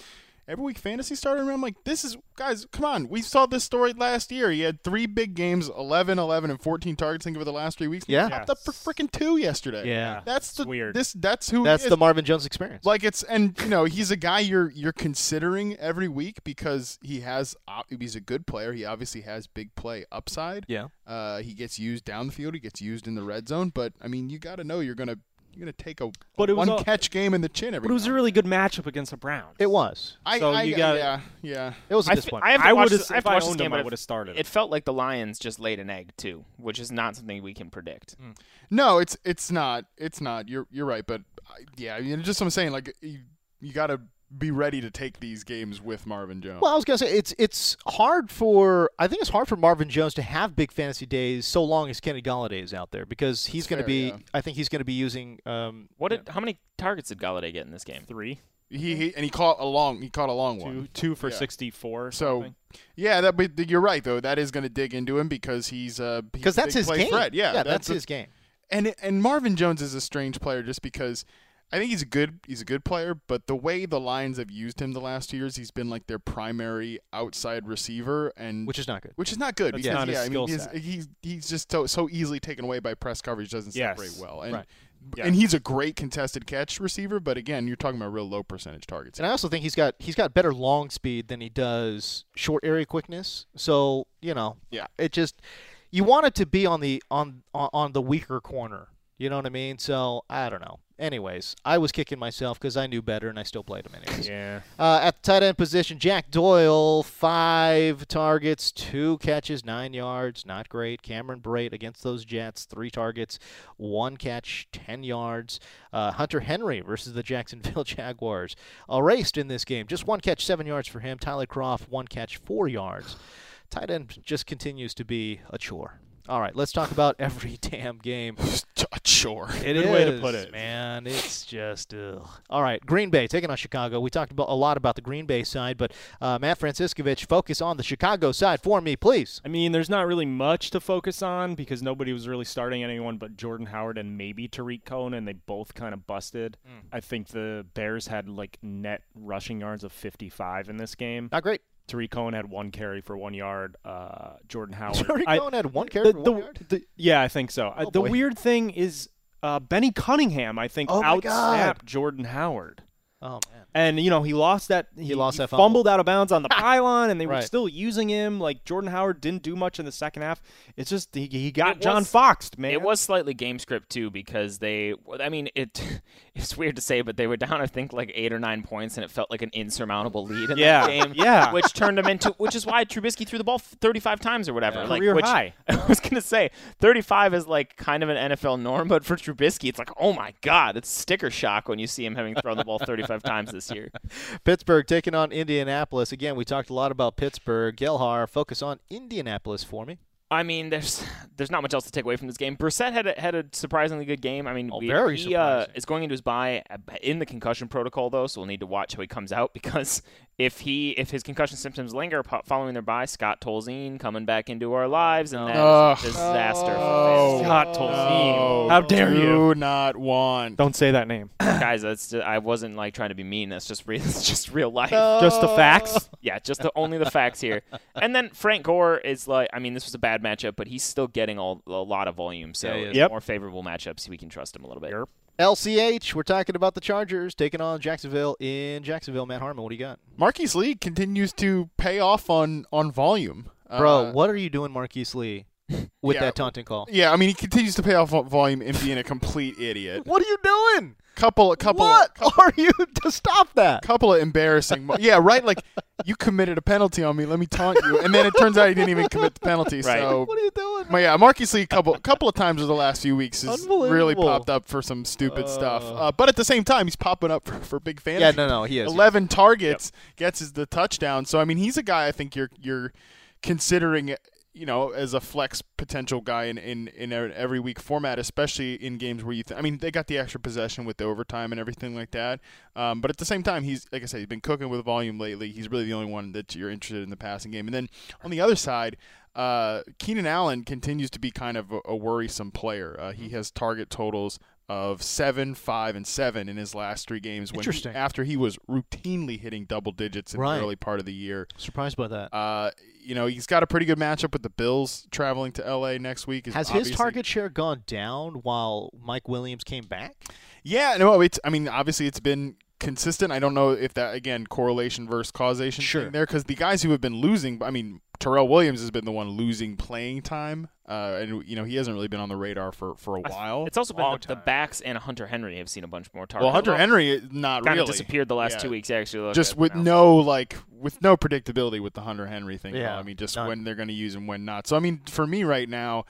every week fantasy starter? And I'm like, this is guys. Come on, we saw this story last year. He had three big games, 11, 11, and 14 targets. Think over the last three weeks. and he
Yeah.
popped up for freaking two yesterday.
Yeah.
that's the
It's weird.
This that's who
That's
it is.
the Marvin Jones experience.
Like it's and you know he's a guy you're you're considering every week because he has op- he's a good player. He obviously has big play upside.
yeah.
Uh, he gets used down the field. He gets used in the red zone. But I mean, you got to know you're gonna you're gonna take a,
But it was
one
all-
catch game in the chin every.
But it was
now
a
and
really good matchup against the Browns.
It was.
then. I,
so
I,
you
I-
gotta-
yeah yeah.
It was a
I
fe-
disappointment.
I haven't
I
watched
would've-
this, I haven't
if I
watched this
owned
game,
him,
but
I
it-
would've started
It
him.
felt like the Lions just laid an egg too, which is not something we can predict.
No, it's it's not. It's not. You're you're right. But I, yeah, I mean, just what I'm saying. Like you, you got to be ready to take these games with Marvin Jones.
Well, I was gonna say it's it's hard for I think it's hard for Marvin Jones to have big fantasy days so long as Kenny Galladay is out there because he's going to
fair,
be
yeah.
I think he's going to be using um,
What did how many targets did Galladay get in this game?
Three,
he, he and he caught a long he caught a long
two,
one.
two for
Yeah.
64. or
So,
something.
yeah, that but you're right though. That is going to dig into him because he's uh he's
because
a
that's
big
his
play
game.
threat. Yeah,
that's,
a-
his game.
And and Marvin Jones is a strange player just because I think he's a good he's a good player, but the way the Lions have used him the last two years, he's been like their primary outside receiver, and
Which is not good.
which is not good
That's
because
not his
yeah, I mean
skill
he's,
set.
he's he's just so so easily taken away by press coverage, doesn't
Yes.
separate well, and.
Right.
And
Yes.
he's a great contested catch receiver, but again, you're talking about real low percentage targets.
And I also think he's got he's got better long speed than he does short area quickness. So you know,
Yeah.
it just you want it to be on the on on, on the weaker corner. You know what I mean? So I don't know. Anyways, I was kicking myself because I knew better and I still played him anyways.
yeah.
Uh, at the tight end position, Jack Doyle, five targets, two catches, nine yards. Not great. Cameron Brait against those Jets, three targets, one catch, 10 yards. Uh, Hunter Henry versus the Jacksonville Jaguars, erased in this game. Just one catch, seven yards for him. Tyler Croft, one catch, four yards. Tight end just continues to be a chore. All right, let's talk about every damn game.
sure.
It
Good way to put it.
man. It's just ugh. all right. Green Bay taking on Chicago. We talked about a lot about the Green Bay side, but uh, Matt Franciscovich, focus on the Chicago side for me, please.
I mean, there's not really much to focus on because nobody was really starting anyone but Jordan Howard and maybe Tariq Cohen, and they both kind of busted.
Mm.
I think the Bears had like net rushing yards of 55 in this game.
Not great.
Tariq Cohen had one carry for one yard. Uh, Jordan Howard.
Tariq
I-
Cohen had one carry
the,
for
the-
one yard?
the- yeah, I think so. Uh,
Oh,
the
boy.
weird thing is uh, Benny Cunningham. I think
Oh, my God.
outsnapped Jordan Howard.
Oh man,
And you know he lost that he,
lost that fumble.
fumbled out of bounds on the pylon, and they were
Right.
still using him. Like Jordan Howard didn't do much in the second half. It's just he, he got
It
John
was-
Foxed, man.
It was slightly game script too because they. well, I mean, it. It's weird to say, but they were down. I think like eight or nine points, and it felt like an insurmountable lead in
Yeah,
that game.
yeah.
which turned them into. Which is why Trubisky threw the ball thirty-five times or whatever. Like
Career
which,
high.
I was gonna say thirty-five is like kind of an NFL norm, but for Trubisky, it's like oh my god, it's sticker shock when you see him having thrown the ball thirty-five times this year.
Pittsburgh taking on Indianapolis again. We talked a lot about Pittsburgh. Gelhar, focus on Indianapolis for me.
I mean, there's there's not much else to take away from this game. Brissett had a, had a surprisingly good game. I mean,
Oh,
we,
very
he uh,
surprising.
is going into his bye in the concussion protocol though, so we'll need to watch how he comes out because if he if his concussion symptoms linger po- following their bye, Scott Tolzien coming back into our lives, and that is
Ugh.
a disaster.
No.
for fans. Scott Tolzien, how dare
do
you,
not want.
Don't say that name.
guys? That's I wasn't like trying to be mean. That's just real. It's just real life.
Just the facts.
Yeah, just the only the facts here. And then Frank Gore is like, I mean, this was a bad matchup, but he's still getting all, a lot of volume. So
Yeah, he is.
in
Yep.
more favorable matchups, we can trust him a little bit.
LCH, we're talking about the Chargers taking on Jacksonville in Jacksonville. Matt Harmon, what do you got?
Marquise Lee continues to pay off on on volume,
Bro,
Uh,
what are you doing, Marquise Lee, with
Yeah.
that taunting call?
Yeah, I mean he continues to pay off on volume in being a complete idiot.
What are you doing?
Couple, couple,
what are you to stop that?
couple of embarrassing. Mo- yeah, right. Like you committed a penalty on me. Let me taunt you, and then it turns out he didn't even commit the penalty.
Right.
So,
What are you doing?
but yeah, Marquise Lee a couple couple of times over the last few weeks has really
Unbelievable.
popped up for some stupid stuff. Uh, but at the same time, he's popping up for, for big fantasy.
Yeah, no, no, he is.
11 targets, gets his the touchdown. So I mean, he's a guy I think you're you're considering, you know, as a flex potential guy in in, in a- every week format, especially in games where you. Th- I mean, they got the extra possession with the overtime and everything like that. Um, but at the same time, he's like I said, he's been cooking with volume lately. He's really the only one that you're interested in the passing game. And then on the other side. Uh, Keenan Allen continues to be kind of a, a worrisome player. Uh,
Mm-hmm.
he has target totals of seven, five, and seven in his last three games. When he-
Interesting.
after he was routinely hitting double digits in
Right.
the early part of the year.
Surprised by that.
Uh, you know, he's got a pretty good matchup with the Bills traveling to LA next week. Is
Has his
obviously-
target share gone down while Mike Williams came back?
Yeah, no, it's I mean, obviously it's been consistent. I don't know if that again correlation versus causation
Sure.
thing there because the guys who have been losing, I mean, Terrell Williams has been the one losing playing time, uh, and you know he hasn't really been on the radar for for a
I-
while.
It's also been
Long
the, the
time.
backs and Hunter Henry have seen a bunch more targets.
Well, Hunter Henry, not
kind
really
of disappeared the last
Yeah.
two weeks. Actually, look
just
at
with
now.
no like with no predictability with the Hunter Henry thing. at
Yeah,
all. I mean, just
none.
when they're going to use and when not. So I mean, for me right now,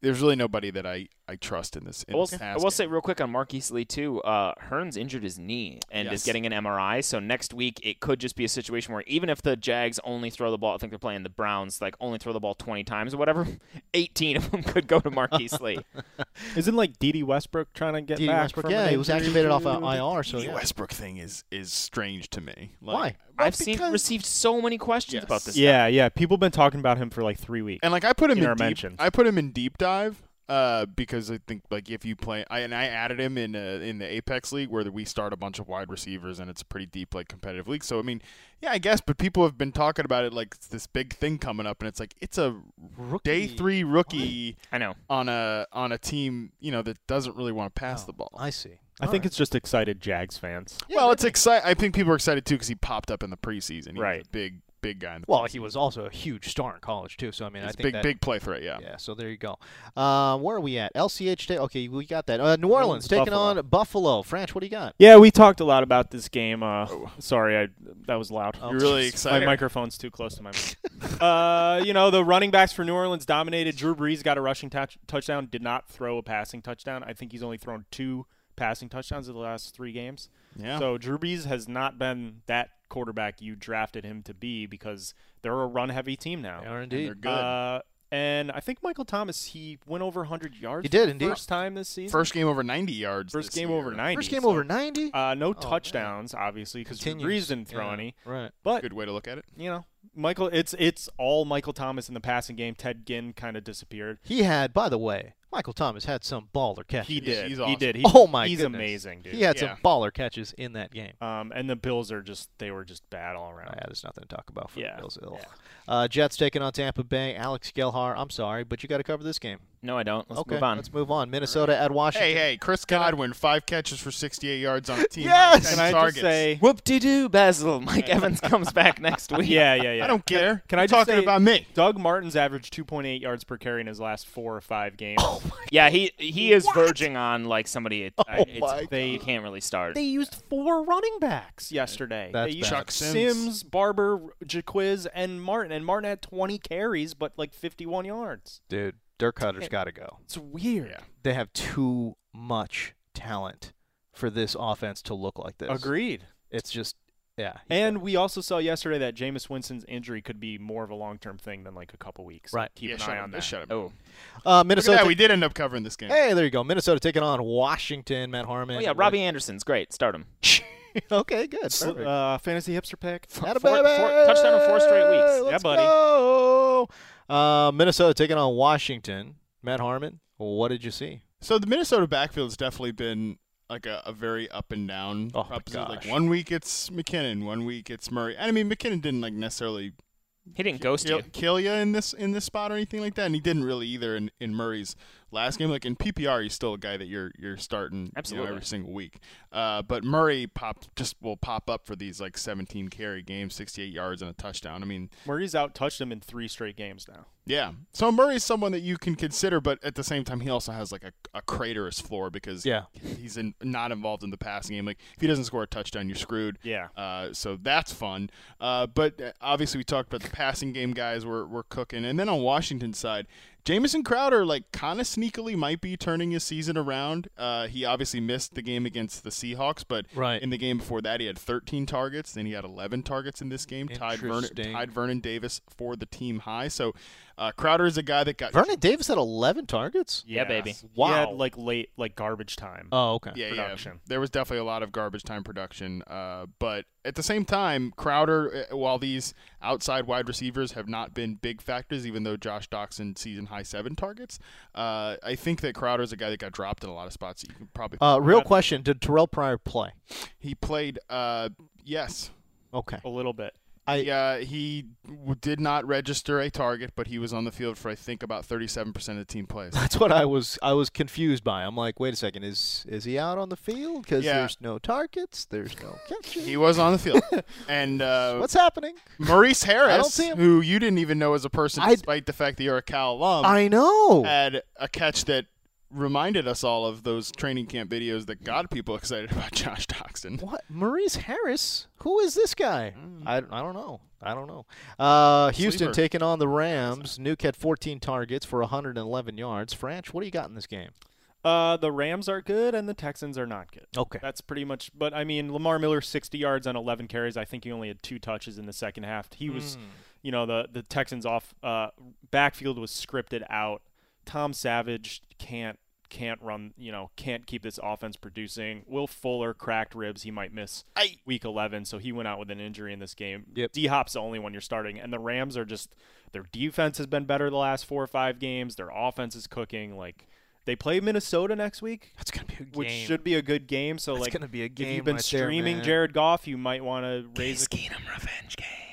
there's really nobody that I I trust in this. In
I will,
this
I
pass
will
game.
say real quick on Marquise Lee too. Uh, Hearns injured his knee and
Yes.
is getting an MRI, so next week it could just be a situation where even if the Jags only throw the ball, I think they're playing the Browns, like only throw the ball 20 times or whatever, 18 of them could go to Marquise Lee.
Isn't like D.D. Westbrook trying to get
D.D.
back?
Westbrook,
from
yeah,
an
he was
injury?
activated off of IR, so
the
yeah.
Westbrook thing is is strange to me. Like,
Why?
well,
I've seen
because-
received so many questions
Yes.
about this.
Yeah, yeah. People been talking about him for like three weeks.
and like I put him
in our
in deep,
mentions.
I put him in deep dive uh, because I think like if you play, I, and I added him in uh, in the Apex League where we start a bunch of wide receivers and it's a pretty deep like competitive league. So I mean, yeah, I guess, but people have been talking about it like it's this big thing coming up, and it's like it's a day three rookie
I know.
on a on a team you know that doesn't really want to pass the ball.
I see.
I think it's just excited Jags fans.
well, it's exciting. I think people are excited too because he popped up in the preseason. He was a
Right.
big big guy. In the
Well, he was also a huge star in college too. So I mean, I
He's a
think
big
that,
big play threat. Yeah.
Yeah, so there you go. Uh, where are we at? LCH. Ta- okay, we got that. Uh, New Orleans taking
Buffalo.
on Buffalo. French, what do you got?
Yeah, we talked a lot about this game. Uh,
Oh.
sorry, I that was loud.
You're really excited.
My microphone's too close to my mouth. uh, you know, the running backs for New Orleans dominated. Drew Brees got a rushing touch- touchdown, did not throw a passing touchdown. I think he's only thrown two passing touchdowns in the last three games.
Yeah.
So Drew Brees has not been that quarterback you drafted him to be because they're a run heavy team now.
They are
And they're
indeed.
good.
Uh, and I think Michael Thomas, he went over 100 yards.
He
for
did,
the
indeed.
First time this season.
First game over 90 yards.
First
this
game
year.
over 90.
First game
so-
over ninety.
Uh, no
man.
touchdowns, obviously, because Drew Brees
Oh, Continues.
didn't throw
Yeah,
any.
Right.
But
Good way to look at it.
you know, Michael, it's it's all Michael Thomas in the passing game. Ted Ginn kind of disappeared.
He had, by the way, Michael Thomas had some baller catches.
He did.
he's
He
awesome.
did. He,
oh my
He's
goodness.
amazing, dude.
He had
Yeah.
some baller catches in that game.
Um, and the Bills are just they were just bad all
Oh,
around.
yeah, there's nothing to talk about for
Yeah,
the Bills. Ugh. Uh, Jets taking on Tampa Bay. Alex Gelhar, I'm sorry, but you got to cover this game.
No, I don't. Oh, Let's
okay,
move on.
let's move on. Minnesota at Washington.
Hey, hey, Chris Godwin, five catches for 68 yards on a team.
Yes!
Ten
Can I
targets.
just say?
Whoop de doo, Basil. Mike Evans comes back next week.
Yeah, yeah, yeah.
I don't care.
Can I
You're
just
talking
say-
about me?
Doug Martin's averaged 2.8 yards per carry in his last four or five games.
Oh
Yeah, he he is verging on like somebody. It, I- it's,
Oh my
they you can't really start. Oh,
They used four running backs yesterday.
That's
they used
bad. Chuck
Sims.
Sims, Barber, Jaquiz, and Martin. And Martin had 20 carries, but like 51 yards.
Dude, Dirk Cutter's got to go.
It's weird.
They have too much talent for this offense to look like this.
Agreed.
It's just, yeah. he's
And we also saw yesterday that Jameis Winson's injury could be more of a long term thing than like a couple weeks.
Right.
Keep
yeah,
an
shut
eye
up.
on
Yeah,
that.
Shut up.
Uh,
oh,
Look at
Minnesota.
that. We did end up covering this game.
Hey, there you go. Minnesota taking on Washington. Matt Harmon.
oh yeah, Robbie Anderson's great. Start him.
okay, good. Perfect.
Uh, fantasy hipster pick.
Atta
four-
baby!
four- touchdown in four straight weeks. Yeah,
Let's
buddy.
go! Uh, Minnesota taking on Washington. Matt Harmon, what did you see?
So the Minnesota backfield's definitely been like a, a very up and down
Oh my
proposition. Like
gosh.
one week it's McKinnon, one week it's Murray. And I mean McKinnon didn't like necessarily
He didn't ghost
kill,
you.
kill you in this in this spot or anything like that, and he didn't really either in, in Murray's last game. Like in PPR, he's still a guy that you're you're starting you know,
Absolutely.
every single week. Uh, but Murray pop just will pop up for these like 17 carry games, 68 yards and a touchdown. I mean,
Murray's out touched him in three straight games now.
yeah. So Murray's someone that you can consider, but at the same time, he also has like a, a craterous floor because
Yeah.
he's in, not involved in the passing game. Like if he doesn't score a touchdown, you're screwed.
Yeah.
Uh, so that's fun. Uh, but uh, obviously, we talked about the passing game guys were, were cooking, and then on Washington's side, Jamison Crowder like kind of sneakily might be turning his season around. Uh, he obviously missed the game against the Seahawks, but
Right.
in the game before that, he had 13 targets. Then he had 11 targets in this game. Tied Vernon,
Interesting.
tied Vernon Davis for the team high. So uh, Crowder is a guy that got
Vernon Davis had 11 targets?
Yeah, baby.
Wow. He had
Wow.
like late, like garbage time.
Oh, okay.
yeah,
production.
Yeah. There was definitely a lot of garbage time production. Uh, but at the same time, Crowder, uh, while these outside wide receivers have not been big factors, even though Josh Doxson season high seven targets, uh, I think that Crowder is a guy that got dropped in a lot of spots. that You can probably
Uh, real question Did Terrell Pryor play?
he played. Uh, yes.
Okay.
A
Oh.
little bit.
He, uh, he w- did not register a target, but he was on the field for I think about 37% of the team plays.
That's what I was I was confused by. I'm like, wait a second, is is he out on the field? Because
Yeah.
there's no targets, there's no catches.
He was on the field, and uh,
What's happening?
Maurice Harris,
I don't see him.
who you didn't even know as a person,
I-
despite the fact that you're a Cal alum,
I know.
had a catch that reminded us all of those training camp videos that got people excited about Josh Doxson.
What Maurice Harris? Who is this guy? I, I don't know. I don't know. Uh, Houston
Sleeper.
taking on the Rams. Nuke had 14 targets for 111 yards. French, what do you got in this game?
Uh, the Rams are good and the Texans are not good.
Okay.
That's pretty much. But I mean, Lamar Miller, 60 yards on 11 carries. I think he only had two touches in the second half. He was, you know, the the Texans off uh, backfield was scripted out. Tom Savage can't can't run. You know, can't keep this offense producing. Will Fuller cracked ribs. He might miss week 11, so he went out with an injury in this game.
Yep.
D Hop's the only one you're starting, and the Rams are just their defense has been better the last four or five games. Their offense is cooking. Like they play Minnesota next week
That's gonna be a game.
which should be a good game. So
That's
like,
gonna be a
if
game
you've been
right there,
streaming
man.
Jared Goff, you might want to raise. A,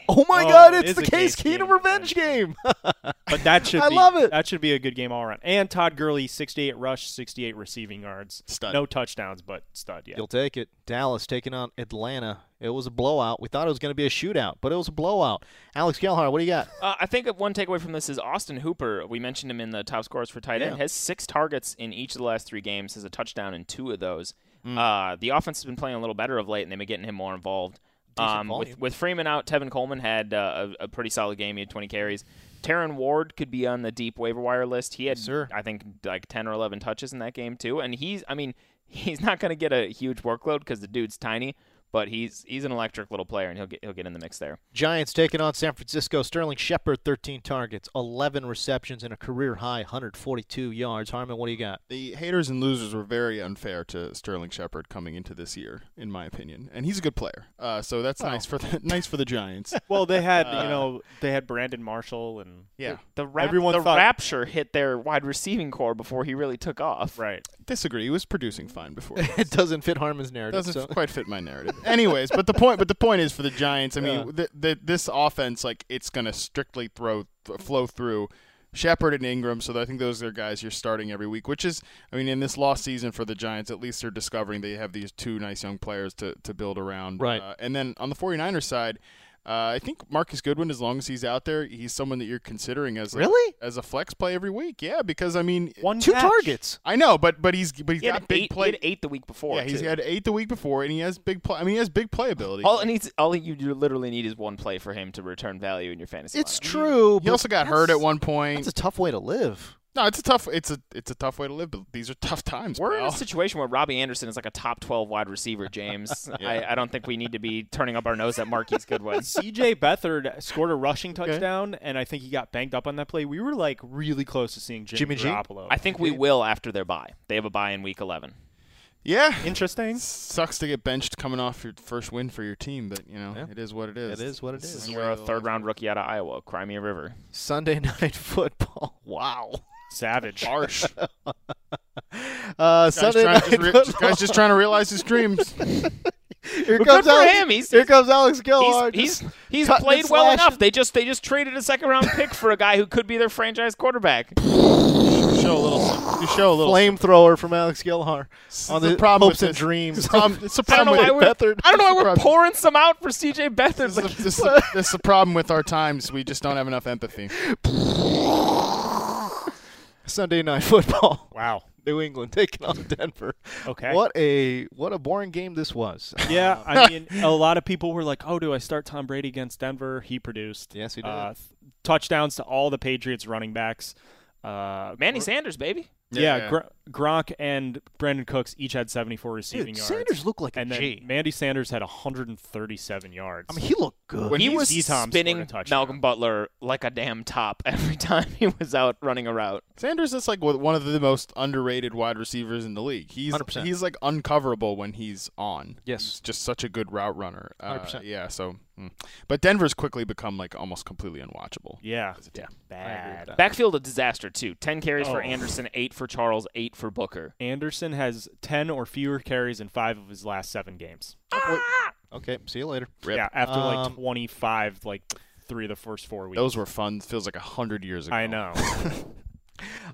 oh my
Oh,
God!
it
It's
is
the
a
Case
Case
Keenum
Keenum
revenge game.
but that should.
I
be,
love it.
That should be a good game all around. And Todd Gurley, 68 rush, 68 receiving yards,
Stud.
no touchdowns, but stud. Yeah.
You'll take it. Dallas taking on Atlanta. It was a blowout. We thought it was gonna be a shootout, but it was a blowout. Alex Gellhart, what do you got?
Uh, I think one takeaway from this is Austin Hooper. We mentioned him in the top scorers for tight end. Has six targets in each of the last three games. Has a touchdown in two of those. Uh, the offense has been playing a little better of late, and they've been getting him more involved. Um, with,
volume.
with Freeman out, Tevin Coleman had uh, a, a pretty solid game. He had 20 carries. Taryn Ward could be on the deep waiver wire list. He had,
sir.
I think, like 10 or 11 touches in that game too. And he's, I mean, he's not going to get a huge workload because the dude's tiny, but he's he's an electric little player, and he'll get he'll get in the mix there.
Giants taking on San Francisco. Sterling Shepard, 13 targets, 11 receptions, and a career high 142 yards. Harmon, what do you got?
The haters and losers were very unfair to Sterling Shepard coming into this year, in my opinion, and he's a good player. Uh, so that's nice for the nice for the Giants.
Well, they had
Uh,
you know they had Brandon Marshall and
Yeah,
The, rap-
Everyone
the
thought-
rapture hit their wide receiving core before he really took off.
right.
disagree. He was producing fine before.
It doesn't fit Harmon's narrative.
doesn't
so-
f- quite fit my narrative. Anyways, but the point, but the point is for the Giants. I mean, th- th- this offense, like, it's gonna strictly throw th- flow through Shepard and Ingram. So I think those are guys you're starting every week. Which is, I mean, in this lost season for the Giants, at least they're discovering they have these two nice young players to to build around.
Right.
Uh, and then on the 49ers side. Uh, I think Marcus Goodwin, as long as he's out there, he's someone that you're considering as
Really?
a, as a flex play every week. Yeah, because I mean,
One
Two
catch.
targets.
I know, but but he's but he's
He
got
had,
big
eight,
play.
he had eight the week before.
Yeah, he's
too.
had eight the week before, and he has big play. I mean, he has big playability.
all it needs. All you you literally need is one play for him to return value in your fantasy.
It's
lineup.
true.
he also got hurt at one point.
That's a tough way to live.
no, it's a tough. It's a it's a tough way to live. But these are tough times.
We're in
pal.
a situation where Robbie Anderson is like a top twelve wide receiver. James, I, I don't think we need to be turning up our nose at Marquise Goodwin.
CJ Beathard scored a rushing touchdown, and I think he got banged up on that play. We were like really close to seeing
Jimmy
Jimmy,
G?
Garoppolo.
I think we will after their bye. They have a bye in week eleven.
Yeah.
Interesting.
Sucks to get benched coming off your first win for your team, but you know
Yeah.
it is what it is.
It is what it
This
is.
the
You're
way
a
the
third
life
round
is.
rookie out of Iowa. Cry me a river.
Sunday night football. Wow.
Savage.
Harsh.
Uh,
Guys
Sunday
trying,
night
just re-
football.
guy's just trying to realize his dreams.
here
But
comes
good for
Alex.
him. He's-
here
he's-
comes Alex Gillard.
He's he's,
just
he's
cutting
played
and
well
slashing.
enough. They just they just traded a second round pick for a guy who could be their franchise quarterback.
show a little. You show a little.
Flamethrower from Alex Gilhar
It's
on
the
the,
problem
hopes
with
and
this.
dreams.
It's a problem- it's a
I don't know
problem
why
with
we're
Bethard.
I don't know why
It's a
we're
problem.
pouring some out for CJ Beathard.
This is,
Like,
the, this, is the, this is the problem with our times. We just don't have enough empathy.
Sunday night football.
Wow.
New England taking on Denver.
Okay.
What a what a boring game this was.
Yeah, I mean, a lot of people were like, "Oh, do I start Tom Brady against Denver?" He produced.
Yes, he did.
Uh, th- touchdowns to all the Patriots running backs. Uh,
Manny Sanders, baby.
yeah,
Yeah.
Gr- Gronk and Brandon Cooks each had 74 receiving
Dude,
yards.
Sanders looked like a
and then
G.
Mandy Sanders had 137 yards.
I mean, he looked good.
When
he
he's
was
D-Tom scored a
spinning
touchdown.
Malcolm Butler like a damn top every time he was out running a route.
Sanders is like one of the most underrated wide receivers in the league. He's
100%.
he's like uncoverable when he's on.
Yes.
he's just such a good route runner. Uh,
100%.
Yeah, so mm. but Denver's quickly become like almost completely unwatchable.
yeah,
Yeah.
bad.
Backfield a disaster too. Ten carries for
Oh.
Anderson, eight for Charles, eight for Booker.
Anderson has 10 or fewer carries in five of his last seven games.
Okay, see you later.
Yeah, after
Um,
like 25, like three of the first four weeks.
Those were fun. Feels like a hundred years ago.
I know.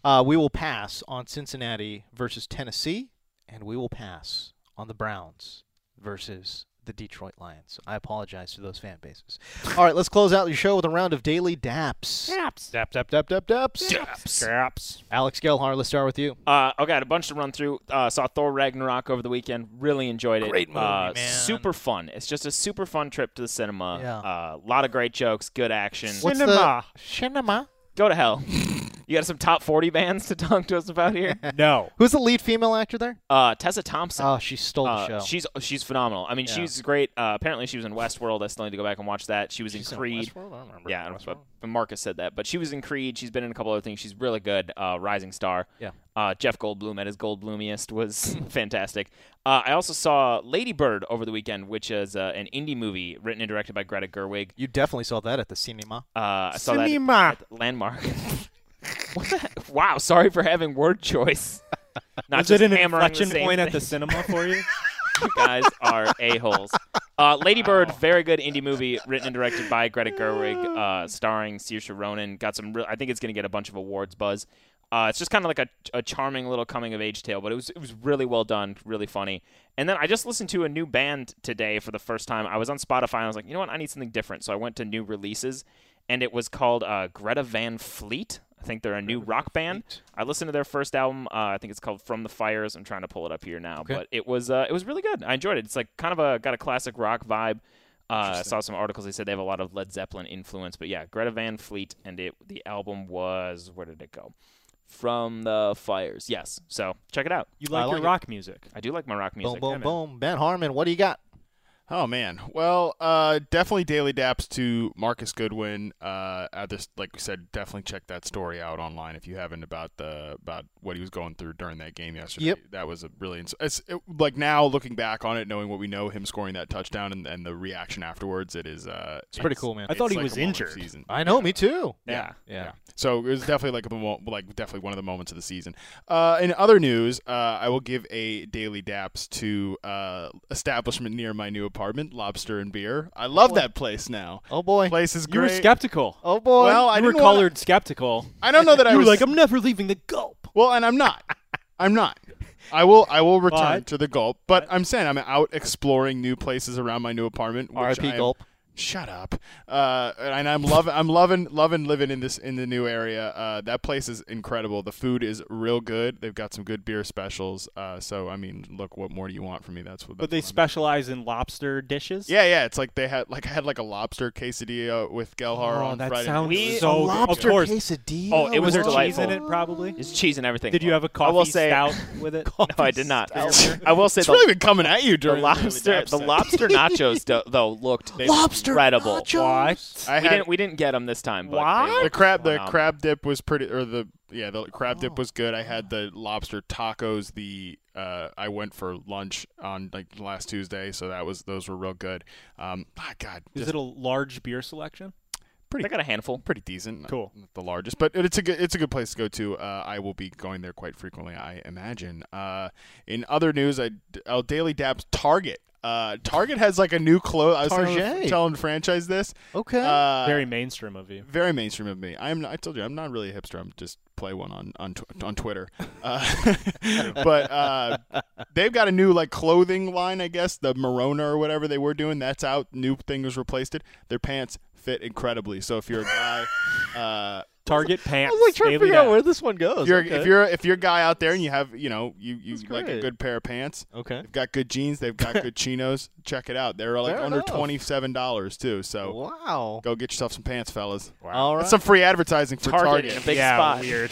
Uh, we will pass on Cincinnati versus Tennessee, and we will pass on the Browns versus the Detroit Lions. I apologize to those fan bases. All right, let's close out your show with a round of daily daps.
Daps.
Dap, dap, dap, dap, daps.
Scraps.
Alex Gelhar, let's start with you.
Uh, okay, I had a bunch to run through. Uh, saw Thor Ragnarok over the weekend. Really enjoyed it.
Great movie,
uh,
man.
Super fun. It's just a super fun trip to the cinema.
Yeah.
A lot of great jokes, good action.
What's the-
Cinema.
Cinema.
Go to hell. you got some top 40 bands to talk to us about here?
No.
Who's the lead female actor there?
Uh, Tessa Thompson.
Oh, she stole the
Uh,
show.
She's she's phenomenal. I mean,
Yeah.
she's great. Uh, apparently, she was in Westworld. I still need to go back and watch that. She was in Creed. yeah, I don't- but Marcus said that. But she was in Creed. She's been in a couple other things. She's really good. Uh, rising star.
Yeah.
Uh, Jeff Goldblum at his Goldblumiest was fantastic. Uh, I also saw Lady Bird over the weekend, which is uh, an indie movie written and directed by Greta Gerwig.
you definitely saw that at the cinema.
Uh, I saw that at- at Landmark. what the heck? Wow, sorry for having word choice. Not
Was
just
it an
hammering the
inflection
same
point at the
thing.
cinema for you?
You guys are a-holes. Uh, Lady Bird, very good indie movie written and directed by Greta Gerwig, uh, starring Saoirse Ronan. Got some. Real, I think it's going to get a bunch of awards buzz. Uh, it's just kind of like a, a charming little coming of age tale, but it was it was really well done, really funny. And then I just listened to a new band today for the first time. I was on Spotify and I was like, you know what, I need something different. So I went to new releases, and it was called uh, Greta Van Fleet. I think they're a new rock band. I listened to their first album. Uh, I think it's called From the Fires. I'm trying to pull it up here now, but it was uh, it was really good. I enjoyed it. It's like kind of a got a classic rock vibe. Uh, I saw some articles. They said they have a lot of Led Zeppelin influence, but yeah, Greta Van Fleet, and it the album was where did it go? From the Fires. Yes. So check it out.
You
I
like,
like
your
it.
rock music.
I do like my rock music.
boom,
Yeah,
boom,
man.
boom. Ben Harmon, what do you got?
Oh man. Well, uh, definitely daily daps to Marcus Goodwin. Uh, at this, like we said, definitely check that story out online if you haven't about the about what he was going through during that game yesterday.
Yep.
That was a really ins- it's it, like now looking back on it, knowing what we know, him scoring that touchdown and, and the reaction afterwards, it is. Uh, it's
pretty cool, man.
I thought
it's
he
like
was
a moment of
injured.
Season.
I know, me too.
Yeah.
Yeah.
So it was definitely like a mo- like definitely one of the moments of the season. Uh, in other news, uh, I will give a daily daps to uh, establishment near my new apartment, Lobster and Beer. I love that place now.
Oh boy.
Place is
You were
great.
skeptical.
Oh boy.
Well, I
you were
didn't wanna-
colored skeptical.
I don't know that I
You were
was
like, I'm never leaving the gulp.
well, and I'm not. I'm not. I will. I will return
But-
to the gulp. But I'm saying I'm out exploring new places around my new apartment. which
R.I.P.
I am-
gulp.
Shut up. Uh, and I'm loving. I'm loving. Loving living in this in the new area. Uh, that place is incredible. The food is real good. They've got some good beer specials. Uh, so I mean, look, what more do you want from me? That's what.
But
that's
they
what I'm
specialize in lobster dishes.
Yeah, yeah. It's like they had like I had like a lobster quesadilla with Gelhar
Oh,
on
that
Friday.
sounds
We-
so good.
lobster
Of course.
quesadilla.
Oh, it
Was
was
there cheese
delightful.
in it? Probably.
It's cheese and everything.
Did you have a coffee
I will say,
stout with it?
No, I did not.
Coffee stout.
I will say
It's
the,
really been coming at you
the
during the daily
lobster
daps
the
then.
lobster nachos do, though looked incredible.
Nachos?
What?
I
We
had
didn't we didn't get them this time. But
What?
they were
the crab. The
phenomenal.
crab dip was pretty, or the yeah, the crab dip was good. I had the lobster tacos. The uh, I went for lunch on like last Tuesday, so that was those were real good. Um, my God,
Is
just
it a large beer selection?
pretty
They got a handful.
pretty decent.
Cool.
Not the largest, but it's a good it's a good place to go to. Uh, I will be going there quite frequently, I imagine. Uh, in other news, I will daily dabs Target. Uh, Target has like a new clothes. I was telling-
Target.
telling franchise this.
Okay.
Uh,
Very mainstream of you.
very mainstream of me. I'm. I told you, I'm not really a hipster. I'm just play one on on tw- on Twitter. Uh, but uh, they've got a new like clothing line, I guess, the Marona or whatever they were doing. That's out. New thing was replaced. It. Their pants fit incredibly. So if you're a guy. Uh,
Target pants.
I was like trying to
daily
figure out
dad.
where this one goes.
if you're,
okay.
if you're if you're a guy out there and you have you know you, you
That's
like a
great.
good pair of pants
okay.
they've got good jeans they've got good chinos check it out they're like
Fair
under
enough.
twenty seven dollars too
oh,
so
Wow.
go get yourself some pants fellas
All right.
that's some free advertising for
Target
Target
in a big
yeah,
spot.
weird.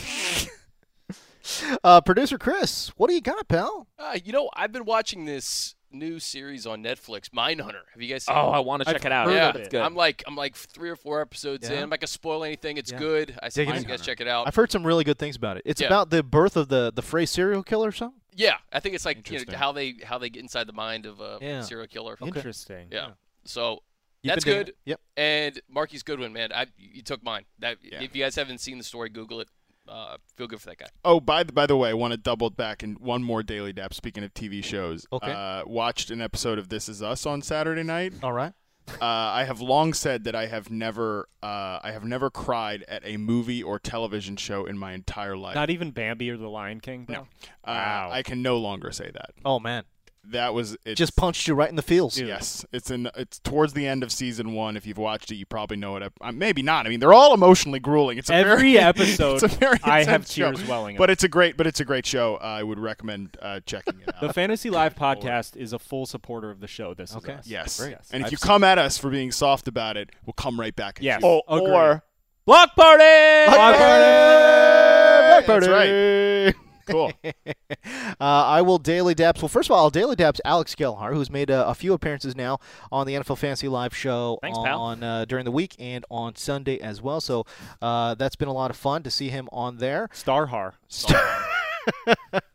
Uh, Producer Chris, what do you got, pal?
Uh, you know, I've been watching this new series on Netflix, Mindhunter. Have you guys seen
Oh,
it?
I want to check it out.
yeah,
That's good.
I'm like I'm like three or four episodes
Yeah.
in. I'm not gonna spoil anything. It's
Yeah.
good. I
Dig it
suppose you
in.
guys check it out.
I've heard some really good things about it. It's
Oh. Yeah.
about the birth of the the Frey serial killer or something.
yeah, I think it's like you know,
Interesting.
how they how they get inside the mind of a
Yeah.
serial killer.
Interesting.
Yeah. So
You've
that's
been digging
good.
it. Yep.
And Marquis Goodwin, man, I you took mine. That
Yeah.
if you guys haven't seen the story, Google it. Uh, feel good for that guy.
Oh, by the, by the way, I want to double back and one more daily dap. Speaking of TV shows,
Okay.
uh, watched an episode of This Is Us on Saturday night.
All right.
Uh, I have long said that I have never, uh, I have never cried at a movie or television show in my entire life.
Not even Bambi or the Lion King. Bro.
No. uh,
Wow.
I can no longer say that.
Oh man,
That was it.
just punched you right in the feels.
Yes, it's in. It's towards the end of season one. If you've watched it, you probably know it. Uh, maybe not. I mean, they're all emotionally grueling. It's a
Every
very-
episode,
it's a very
I have
intense show.
tears welling up.
But it's a great. But it's a great show. I would recommend uh, checking it out.
The Fantasy Live podcast is a full supporter of the show. This
Okay.
is us.
Yes.
Great.
And if you come at us for being soft about it, we'll come right back at
Yes.
you.
Oh, Agreed. or block
party.
Block
Black
Black
That's right. Cool.
Uh, I will daily daps. Well, first of all, I'll daily daps Alex Gelhar, who's made uh, a few appearances now on the NFL Fantasy Live show
Thanks, pal.
on uh, during the week and on Sunday as well. So uh, that's been a lot of fun to see him on there.
Starhar.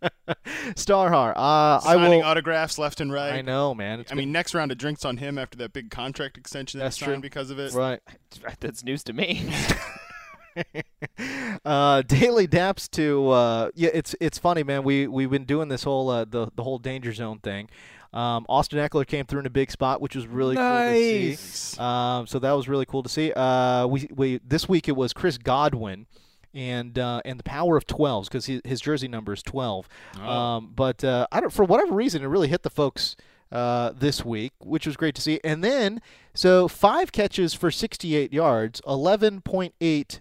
Starhar, uh, I
Signing
will.
autographs left and right.
I know, man. It's
I mean, next round of drinks on him after that big contract extension that
That's
he signed
true.
because of it.
been- right.
That's news to me.
uh, daily daps to uh, yeah, it's it's funny, man. We we've been doing this whole uh, the the whole danger zone thing. Um, Austin Eckler came through in a big spot, which was really cool to see. Um, so that was really cool to see. Uh, we we this week it was Chris Godwin. And uh, and the power of twelves because his, his jersey number is twelve,
Oh.
um, but uh, I don't for whatever reason it really hit the folks uh, this week, which was great to see. And then, so five catches for 68 yards, 11.8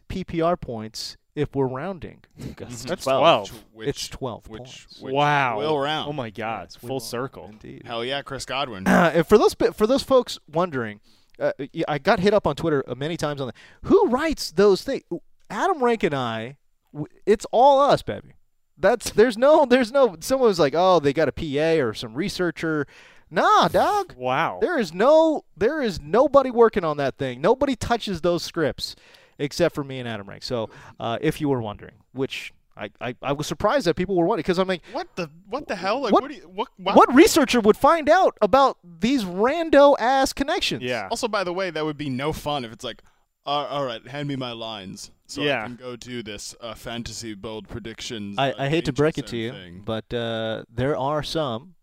PPR points if we're rounding.
That's
12.
12.
Which,
it's 12
which,
points.
which
wow.
Will round.
Oh my God.
Yes, we
Full
will.
circle.
Indeed.
Hell yeah, Chris Godwin.
Uh, and for those pe- for those folks wondering, uh, y- I got hit up on Twitter uh, many times on that. Who writes those things? Adam Rank and I. w- It's all us, baby. That's there's no there's no someone was like oh they got a PA or some researcher. Nah, dog.
Wow.
There is no there is nobody working on that thing. Nobody touches those scripts except for me and Adam Rank. So uh, if you were wondering, which I, I, I was surprised that people were wondering because I'm like,
what the what the hell? Like,
What-
what? do you, what, wow.
what researcher would find out about these rando ass connections?
Yeah.
Also, by the way, that would be no fun if it's like, uh, all right, hand me my lines so
Yeah.
I can go do this uh, fantasy bold predictions.
I,
uh,
I hate to
danger
break it
zone
to you,
thing.
but uh, there are some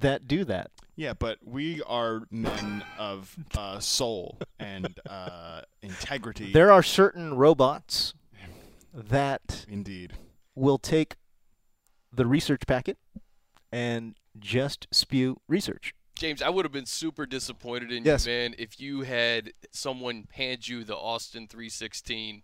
that do that.
Yeah, but we are men of uh, soul and uh, integrity.
There are certain robots that
Indeed.
will take the research packet and just spew research.
James, I would have been super disappointed in
Yes.
you, man, if you had someone hand you the Austin 316.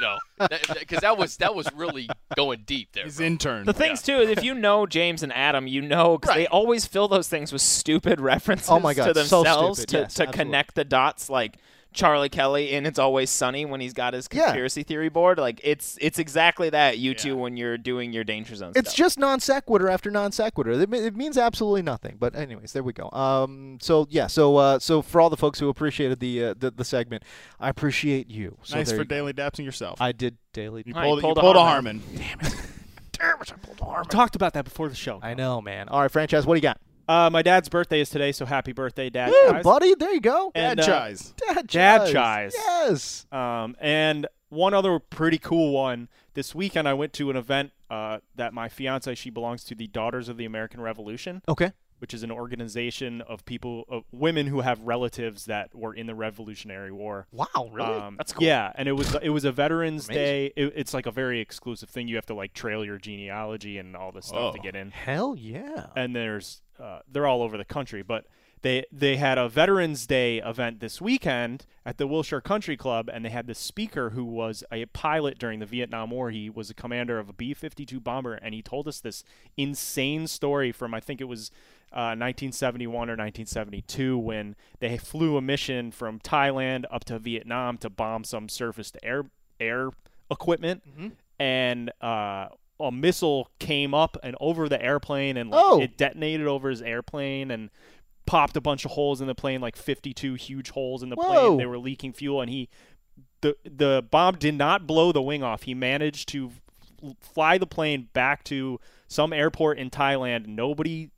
know, because that, 'cause that was that was really going deep there.
His
bro.
intern.
The things too is if you know James and Adam, you know because they always fill those things with stupid references
Oh my God,
to
so
themselves
stupid.
to,
Yes,
to
absolutely.
connect the dots. Like Charlie Kelly in It's Always Sunny when he's got his
Yeah.
conspiracy theory board. Like it's it's exactly that you two
Yeah.
when you're doing your danger zone
It's
stuff.
just non sequitur after non sequitur. It, me- it means absolutely nothing. But anyways, there we go. Um, so yeah, so uh, so for all the folks who appreciated the uh, the, the segment, I appreciate you. So
nice
there
for
you-
daily dapsing yourself.
I did daily.
you
Hi,
pulled,
pulled
you
a
pulled a
Harmon.
Harmon. Damn it. Damn it, I pulled a Harmon.
Talked about that before the show.
I know, man. All right, franchise. What do you got?
Uh, my dad's birthday is today, so happy birthday, Dad.
Yeah,
guys.
buddy. There you go.
And,
Dad
uh,
chies.
Dad,
Dad
chies.
chies.
Yes.
Um, and one other pretty cool one. This weekend, I went to an event uh, that my fiance she belongs to the Daughters of the American Revolution,
Okay.
which is an organization of people, of women who have relatives that were in the Revolutionary War.
Wow. Really?
Um,
That's cool.
Yeah, and it was it was a Veterans Day. It, it's like a very exclusive thing. You have to like trail your genealogy and all this stuff to
Oh.
get in
Hell yeah.
and there's uh, they're all over the country, but they they had a Veterans Day event this weekend at the Wilshire Country Club, and they had this speaker who was a pilot during the Vietnam War. He was a commander of a B fifty two bomber, and he told us this insane story from I think it was. Uh, 1971 or 1972, when they flew a mission from Thailand up to Vietnam to bomb some surface to air air equipment, and uh, a missile came up and over the airplane, and like,
Oh.
it detonated over his airplane and popped a bunch of holes in the plane, like 52 huge holes in the
Whoa.
plane. They were leaking fuel, and he the the bomb did not blow the wing off. He managed to f- fly the plane back to some airport in Thailand. Nobody.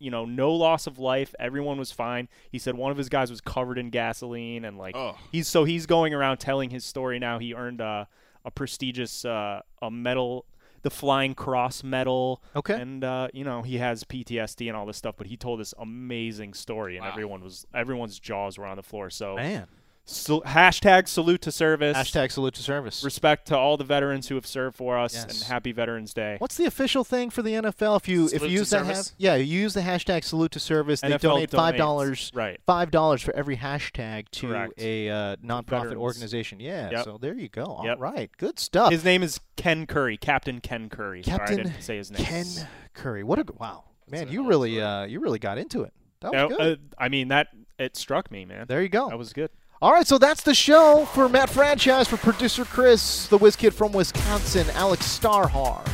You know, no loss of life. Everyone was fine. He said one of his guys was covered in gasoline, and like
Oh.
he's so he's going around telling his story now. He earned uh, a prestigious uh, a medal, the Flying Cross medal.
Okay.
And uh, you know he has PTSD and all this stuff, but he told this amazing story, and everyone was everyone's jaws were on the floor. So
man.
sal- hashtag salute to service.
Hashtag salute to service.
respect to all the veterans who have served for us,
Yes.
and happy Veterans Day.
What's the official thing for the NFL? If you if
Salute
you
to
use that,
service?
ha- yeah, you use the hashtag salute to service. They
NFL
donate five dollars,
donates. Right.
Five dollars for every hashtag to
Correct.
a uh, nonprofit
Veterans.
organization. Yeah.
Yep.
So there you go. All right,
Yep.
good stuff.
His name is Ken Curry, Captain Ken Curry. Sorry, I
Captain
didn't say his name.
Ken Curry. What a g- wow, man! You really uh, you really got into it. That was Oh,
No,
good.
uh, I mean that it struck me, man.
there you go.
That was good.
All right, so that's the show for Matt Franchise, for producer Chris, the whiz kid from Wisconsin, Alex Starhar,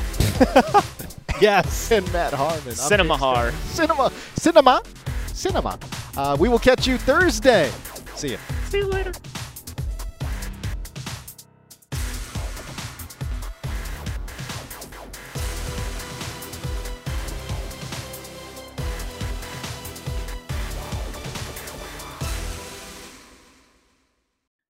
Yes.
and Matt Harmon. I'm
Cinema
Dave
horror.
cinema, cinema, cinema. Uh, we will catch you Thursday. See ya.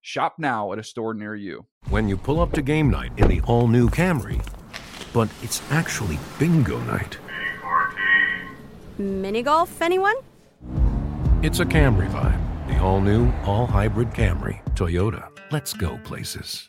Shop now at a store near you.
When you pull up to game night in the all new Camry, but it's actually bingo night.
Mini golf, anyone?
It's a Camry vibe. The all new, all hybrid Camry. Toyota. Let's go places.